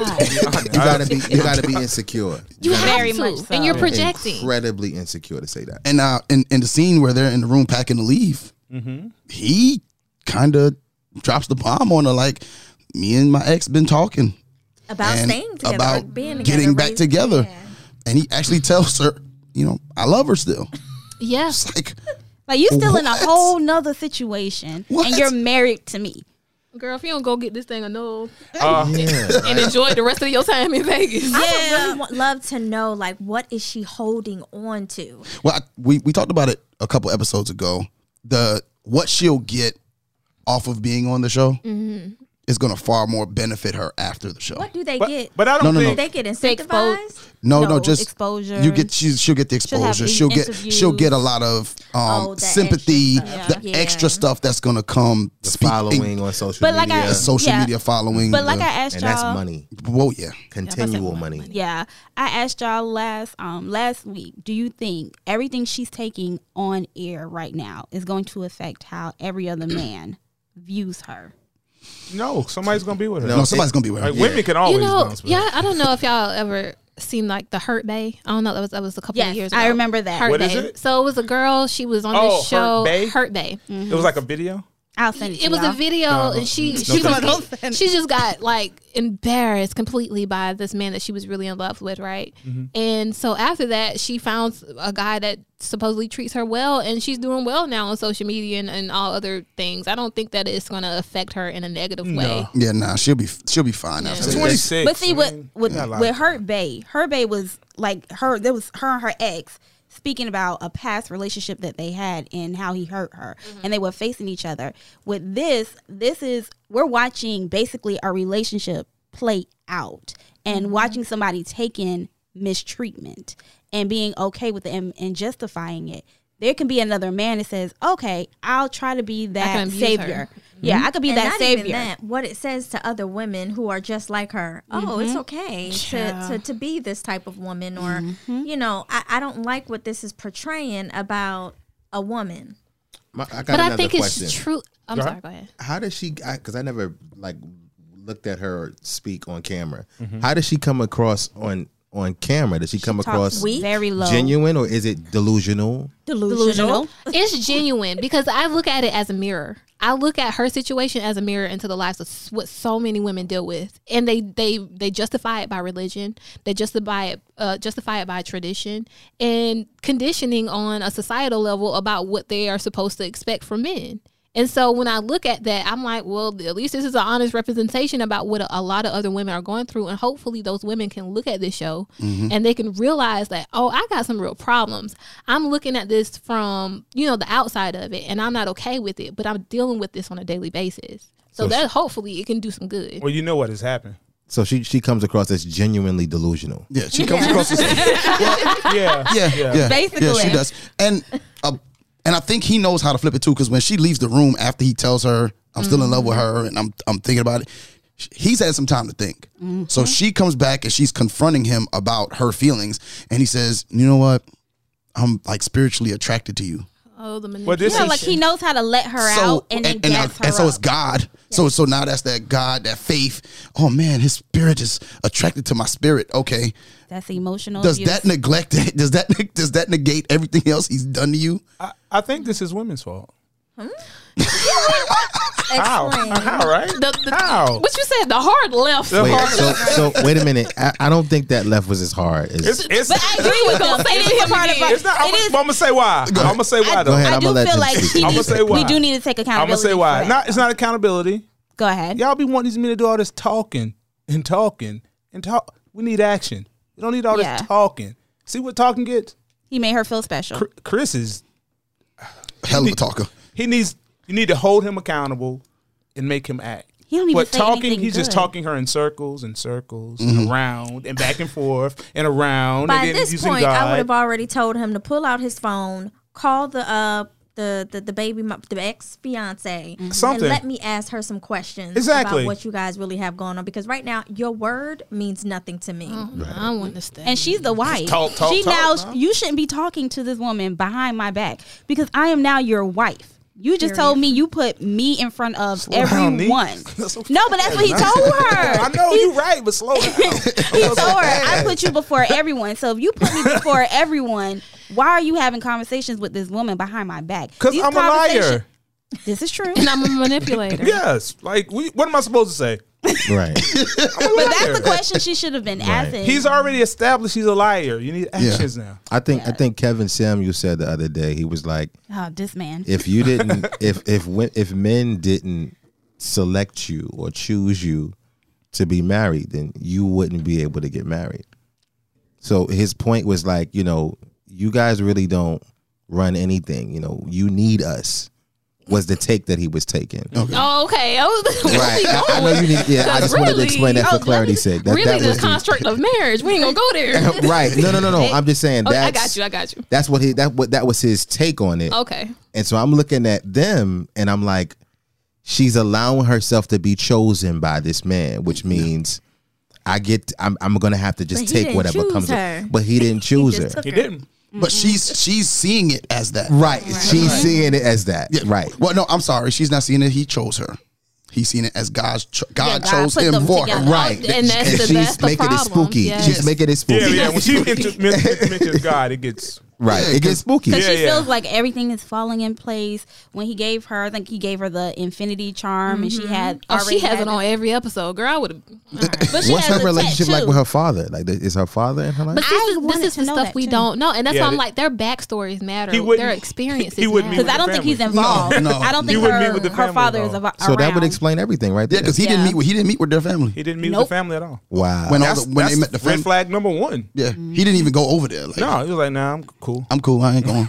gotta be. You gotta be insecure. you Very have to, much so. and you're projecting. Incredibly insecure to say that. and uh, in in the scene where they're in the room packing to leave, Mm-hmm. he kind of drops the bomb on her. Like me and my ex been talking about and staying together, or about being together, getting back raising- together, Yeah. and he actually tells her, you know, I love her still. Yeah. It's like Like you still in a What? whole nother situation, What? and you're married to me. Girl, if you don't go get this thing annulled Yeah. and enjoy the rest of your time in Vegas. I would really want, love to know, like, what is she holding on to? Well, I, we we talked about it a couple episodes ago. The what she'll get off of being on the show is going to far more benefit her after the show. What do they But, get? but I don't No, no, no. Do think they get They expo- incentivized. No, no, No, just exposure. You get she, she'll get the She'll have exposure. She'll, get interviews. she'll get a lot of um, Oh, that sympathy, extra stuff. the Yeah. extra stuff that's going to come. The speaking- following on social But like media, I- social Yeah. media following. But like the- I asked and y'all, that's money, whoa, yeah, continual money. Yeah, I asked y'all last um last week. Do you think everything she's taking on air right now is going to affect how every other man views her? no. Somebody's gonna be with her. no, somebody's going to be with her. Like women can always You know, bounce back. yeah, I don't know if y'all ever seen like the Hurt Day. I don't know, that was that was a couple Yes, of years ago. I remember that. Hurt What Day. is it? So it was a girl, she was on Oh, Hurt this show Bay? Hurt Day. It was like a video. I'll send it. To It was a y'all. video and she she, was, she just got like embarrassed completely by this man that she was really in love with, right? Mm-hmm. And so after that she found a guy that supposedly treats her well and she's doing well now on social media and, and all other things. I don't think that it's gonna affect her in a negative way. Yeah, nah, she'll be she'll be fine after that. Twenty six. But see, with with with her bay, her bay was like her. There was her and her ex speaking about a past relationship that they had and how he hurt her, Mm-hmm. and they were facing each other. With this, this is we're watching basically a relationship play out and Mm-hmm. watching somebody taking mistreatment and being okay with it and, and justifying it. There can be another man that says, "Okay, I'll try to be that abuse her. savior." Yeah, I could be Mm-hmm. And that not savior. even that, what it says to other women who are just like her. Oh, Mm-hmm. it's okay to, to, to be this type of woman, or Mm-hmm. you know, I, I don't like what this is portraying about a woman. My, I got But I another think question. it's true. I'm sorry, go ahead. How does she? Because I, never like looked at her speak on camera. Mm-hmm. How does she come across on on camera? Does she, come across weak, Very low, genuine or is it delusional? delusional. it's genuine because I look at it as a mirror. I look at her situation as a mirror into the lives of s- what so many women deal with, and they they they justify it by religion, they justify it uh, justify it by tradition and conditioning on a societal level about what they are supposed to expect from men. And so when I look at that, I'm like, well, at least this is an honest representation about what a, a lot of other women are going through. And hopefully those women can look at this show Mm-hmm. and they can realize that, oh, I got some real problems. I'm looking at this from, you know, the outside of it and I'm not okay with it, but I'm dealing with this on a daily basis. So, that hopefully it can do some good. Well, you know what has happened. So she she comes across as genuinely delusional. Yeah, she comes across as Yeah. yeah, yeah, yeah. Basically. she does. And uh, and I think he knows how to flip it too, because when she leaves the room after he tells her I'm still in love with Mm-hmm. her and I'm I'm thinking about it, sh- he's had some time to think. Mm-hmm. So she comes back and she's confronting him about her feelings, and he says, "You know what? I'm like spiritually attracted to you." Oh, the Well, this You know, is like he knows how to let her out and then I- gas her and so it's up. God. So so now that's that God, that faith. Oh man, his spirit is attracted to my spirit. Okay, That's emotional. does abuse. that neglect? Does that does that negate everything else he's done to you? I, I think this is women's fault. How? Explain. How? Right? The- the- How? What you said? The hard left. The Wait, hard so so wait a minute. I, I don't think that left was as hard as It's, it's, But I agree with them. It is a part of it's not. I'm, it is- gonna say why. I'm gonna say why though. Go ahead. I I'ma do let feel them like speak. she I'ma needs- say why. we do need to take I'm accountability. gonna say why. for that. Not. It's not accountability. Go ahead. Y'all be wanting these men to do all this talking and talking and talk. We need action. We don't need all Yeah. this talking. See what talking gets. He made her feel special. Chr- Chris is Hell of a talker. he needs you need to hold him accountable and make him act. He don't even but say talking, anything he's just good. talking her in circles and circles and around and back and forth and around By and then this using point, I would God. have already told him to pull out his phone, call the uh the the, the baby mo- the ex fiance, Mm-hmm. and Something. let me ask her some questions Exactly. about what you guys really have going on. Because right now, your word means nothing to me. Mm-hmm. I don't understand. And she's the wife. talk, talk, she talk, now huh? you shouldn't be talking to this woman behind my back because I am now your wife. You just told me you put me in front of down, Nee. everyone. no, but that's what he told her. I know you're right, but slow down. He told her, I put you before everyone. So if you put me before everyone, why are you having conversations with this woman behind my back? Because These I'm a conversation- liar. This is true. And I'm a manipulator. Yes. Like, we, what am I supposed to say? right. I'm a But liar. that's the question she should have been asking. He's already established he's a liar. You need actions now. I think I think Kevin Samuel said the other day he was like, oh, this man. if you didn't, if if wen- if men didn't select you or choose you to be married, then you wouldn't be able to get married. So his point was like, you know, you guys really don't run anything. You know, you need us. Was the take that he was taking. Oh, okay. I was, Right. I, I know you need. Yeah, I just wanted to explain that for clarity's sake. That, Oh, really, that the was the- construct of marriage. We ain't gonna go there. right. No, no, no, no. I'm just saying Oh, that's I got you. I got you. That's what he. That what that was his take on it. Okay. And so I'm looking at them and I'm like, she's allowing herself to be chosen by this man, which means I get I'm I'm gonna have to just But he take didn't whatever choose comes her. up. But he didn't choose her. Just took He her. didn't. But she's she's seeing it as that. Right. She's seeing it as that. Yeah. Right. Well, no, I'm sorry. She's not seeing it. He chose her. He's seen it as God's cho- God, God chose put him them for together. her. Right. And that's And the- she's that's the making it problem. spooky. Yes. She's making it spooky. Yeah, yeah. When she inter- men- mentions God, it gets. Right. Yeah, it gets spooky. Because she yeah. feels like everything is falling in place. When he gave her, I think he gave her the infinity charm, and she had. Oh, already she has had it on every episode, girl. I would have. But she What's has her a relationship like tattoo. with her father? Like th- is her father in her life? But this I is this wanted is to the know stuff that we too. don't know, and that's Yeah, why I'm that- like their backstories matter. He wouldn't- Their experiences. he wouldn't matter. Because I don't think he's Family. involved. No, no. I don't You think wouldn't her, meet with the her family father is at all. avo- so that would around. explain everything right Yeah, there. because he Yeah. didn't meet. with- He didn't meet with their family. He didn't meet Nope. with the family at all. wow. When all That's, the, when they that's met the red family. flag number one. Yeah, he didn't even go over there. Like, No, he was like, "Nah, I'm cool." I'm cool. I ain't going.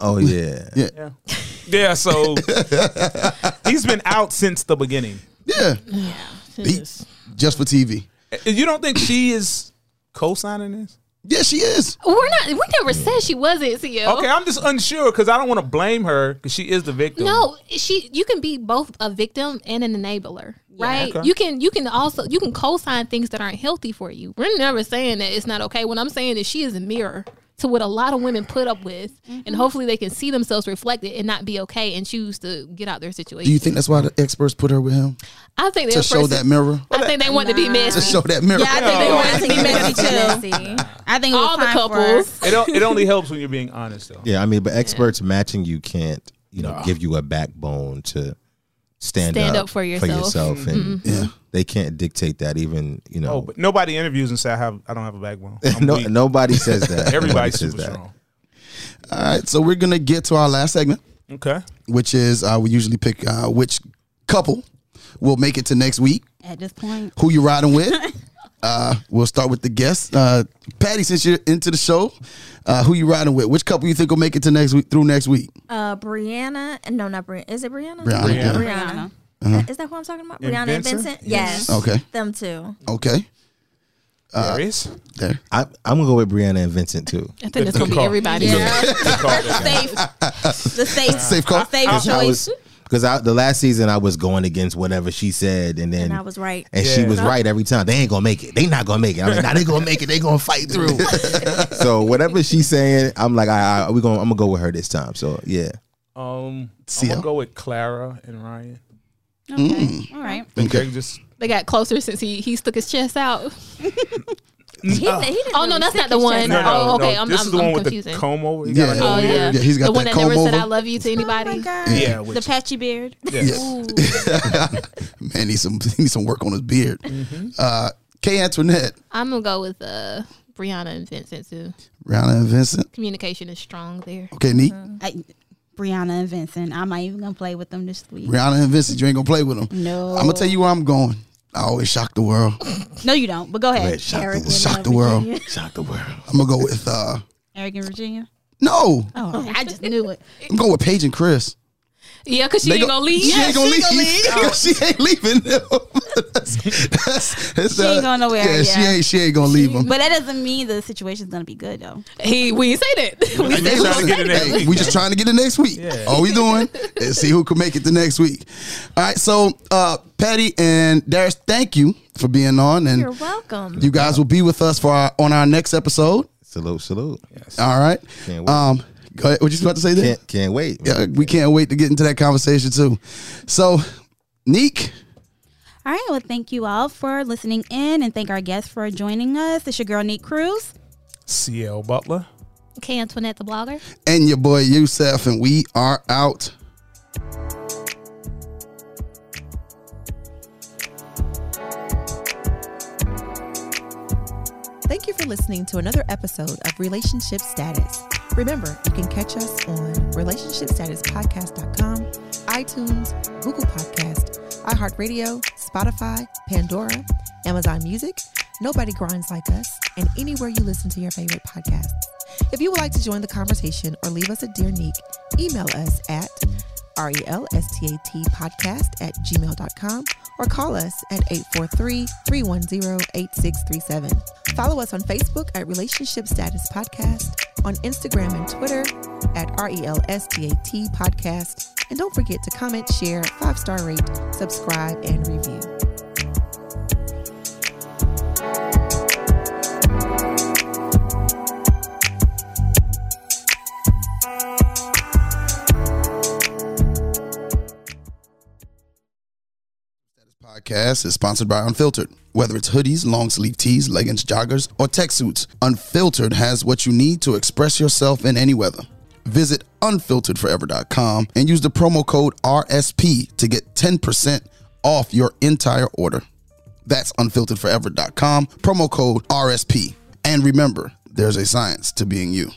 oh yeah. Yeah. Yeah, so he's been out since the beginning. yeah, he, just for TV. And Eh, You don't think she is co-signing this? Yeah, she is. We're not. We never said she wasn't. CL. Okay, I'm just unsure because I don't want to blame her because she is the victim. No, she. You can be both a victim and an enabler, right? Okay. You can. You can also. You can co-sign things that aren't healthy for you. We're never saying that it's not okay. What I'm saying is she is a mirror to what a lot of women put up with, and hopefully they can see themselves reflected and not be okay and choose to get out their situation. Do you think that's why the experts put her with him I think they to were show first- that mirror? I think they want to be To messy. show that mirror. Yeah, I think they No. wanted to be messy too. Messy. I think it was All the time for couples. It, o- it only helps when you're being honest, though. Yeah, I mean, but experts matching you can't, you know, give you a backbone to stand, Stand up, up for yourself. and Yeah. they can't dictate that. Even you know, Oh, but nobody interviews and say I have I don't have a backbone. I'm no, weak. nobody says that. Nobody everybody's says super that. strong. All right, so we're gonna get to our last segment. Okay, which is uh, we usually pick uh, which couple will make it to next week. At this point, Who you riding with? uh, we'll start with the guests. Uh, Patty, since you're into the show, uh, who you riding with? Which couple you think will make it to next week through next week? Uh, Brianna, no, not Brianna. Is it Brianna? Brianna, yeah. Brianna. Is that who I'm talking about? And Rihanna and Vincent? Vincent? Yes. Okay. Them two. Okay. there is. There. I, I'm gonna go with Brianna and Vincent too. I think that's gonna be call. everybody. safe, the safe, Safe call. safe Because I choice. was because I, the last season I was going against whatever she said, and then And I was right. and she was right every time. They ain't gonna make it. They not gonna make it. I'm like, nah, they gonna make it. They gonna fight through. so whatever she's saying, I'm like, I, we going. to I'm gonna go with her this time. So yeah, Um, See I'm ya. gonna go with Clara and Ryan. Okay, Mm. all right. Okay. They just They got closer since he he stuck his chest out. He, he didn't Oh no, really that's stick not the his one. chest out. oh, okay. I'm, this I'm, is the I'm one with confusing. the comb over. He Yeah. got a oh comb yeah. here. Yeah, he's got the one that that never comb said over. I love you to anybody. Oh my God. Yeah, The which, patchy beard. Ooh. Man, needs some he needs some work on his beard. Mm-hmm. Uh, K. Antoinette, I'm gonna go with uh Brianna and Vincent too. Rihanna and Vincent. Communication is strong there. Okay, neat. Mm-hmm. I, Brianna and Vincent. I'm not even gonna play with them this week. Rihanna and Vincent, you ain't gonna play with them. No. I'm gonna tell you where I'm going. I always shock the world. No, you don't. But go ahead. Red shock the Eric world. and, Shock uh, the world. Virginia. Shock the world. I'm gonna go with uh Eric and Virginia. no. Oh, I just knew it. I'm going with Paige and Chris. Yeah, cause she They ain't go- gonna leave. She ain't gonna she leave. gonna leave. she ain't leaving them. that's, that's, that's, She uh, ain't going nowhere, Yeah, she yeah. ain't. She ain't gonna leave them. But that doesn't mean the situation's gonna be good though. He we ain't say that. We They said trying to get in there. Hey, we just trying to get it next week. All we doing is see who can make it the next week. All right, so uh, Patty and Darius, thank you for being on, and You're welcome. you guys will be with us for our, on our next episode. Salute, salute. All right. Can't wait. Um, go ahead. what you about to say there? Can't can't wait. Yeah, we can't wait to get into that conversation too. So, Neek, All right. Well, thank you all for listening in, and thank our guests for joining us. It's your girl Neat Cruz. CL Butler. K Antoinette the blogger. and your boy Youssef, and we are out. Thank you for listening to another episode of Relationship Status. Remember, you can catch us on relationshipstatuspodcast.com, iTunes, Google Podcast, iHeartRadio, Spotify, Pandora, Amazon Music, Nobody Grinds Like Us, and anywhere you listen to your favorite podcasts. If you would like to join the conversation or leave us a dear nick, email us at E R-E-L-S-T-A-T podcast at gmail.com or call us at 843-310-8637. Follow us on Facebook at Relationship Status Podcast, on Instagram and Twitter at E R-E-L-S-T-A-T podcast. And don't forget to comment, share, five-star rate, subscribe, and review. podcast is sponsored by Unfiltered. Whether it's hoodies, long sleeve tees, leggings, joggers, or tech suits, Unfiltered has what you need to express yourself in any weather. Visit unfilteredforever.com and use the promo code RSP to get 10% off your entire order. That's unfilteredforever.com, promo code RSP. And remember, there's a science to being you.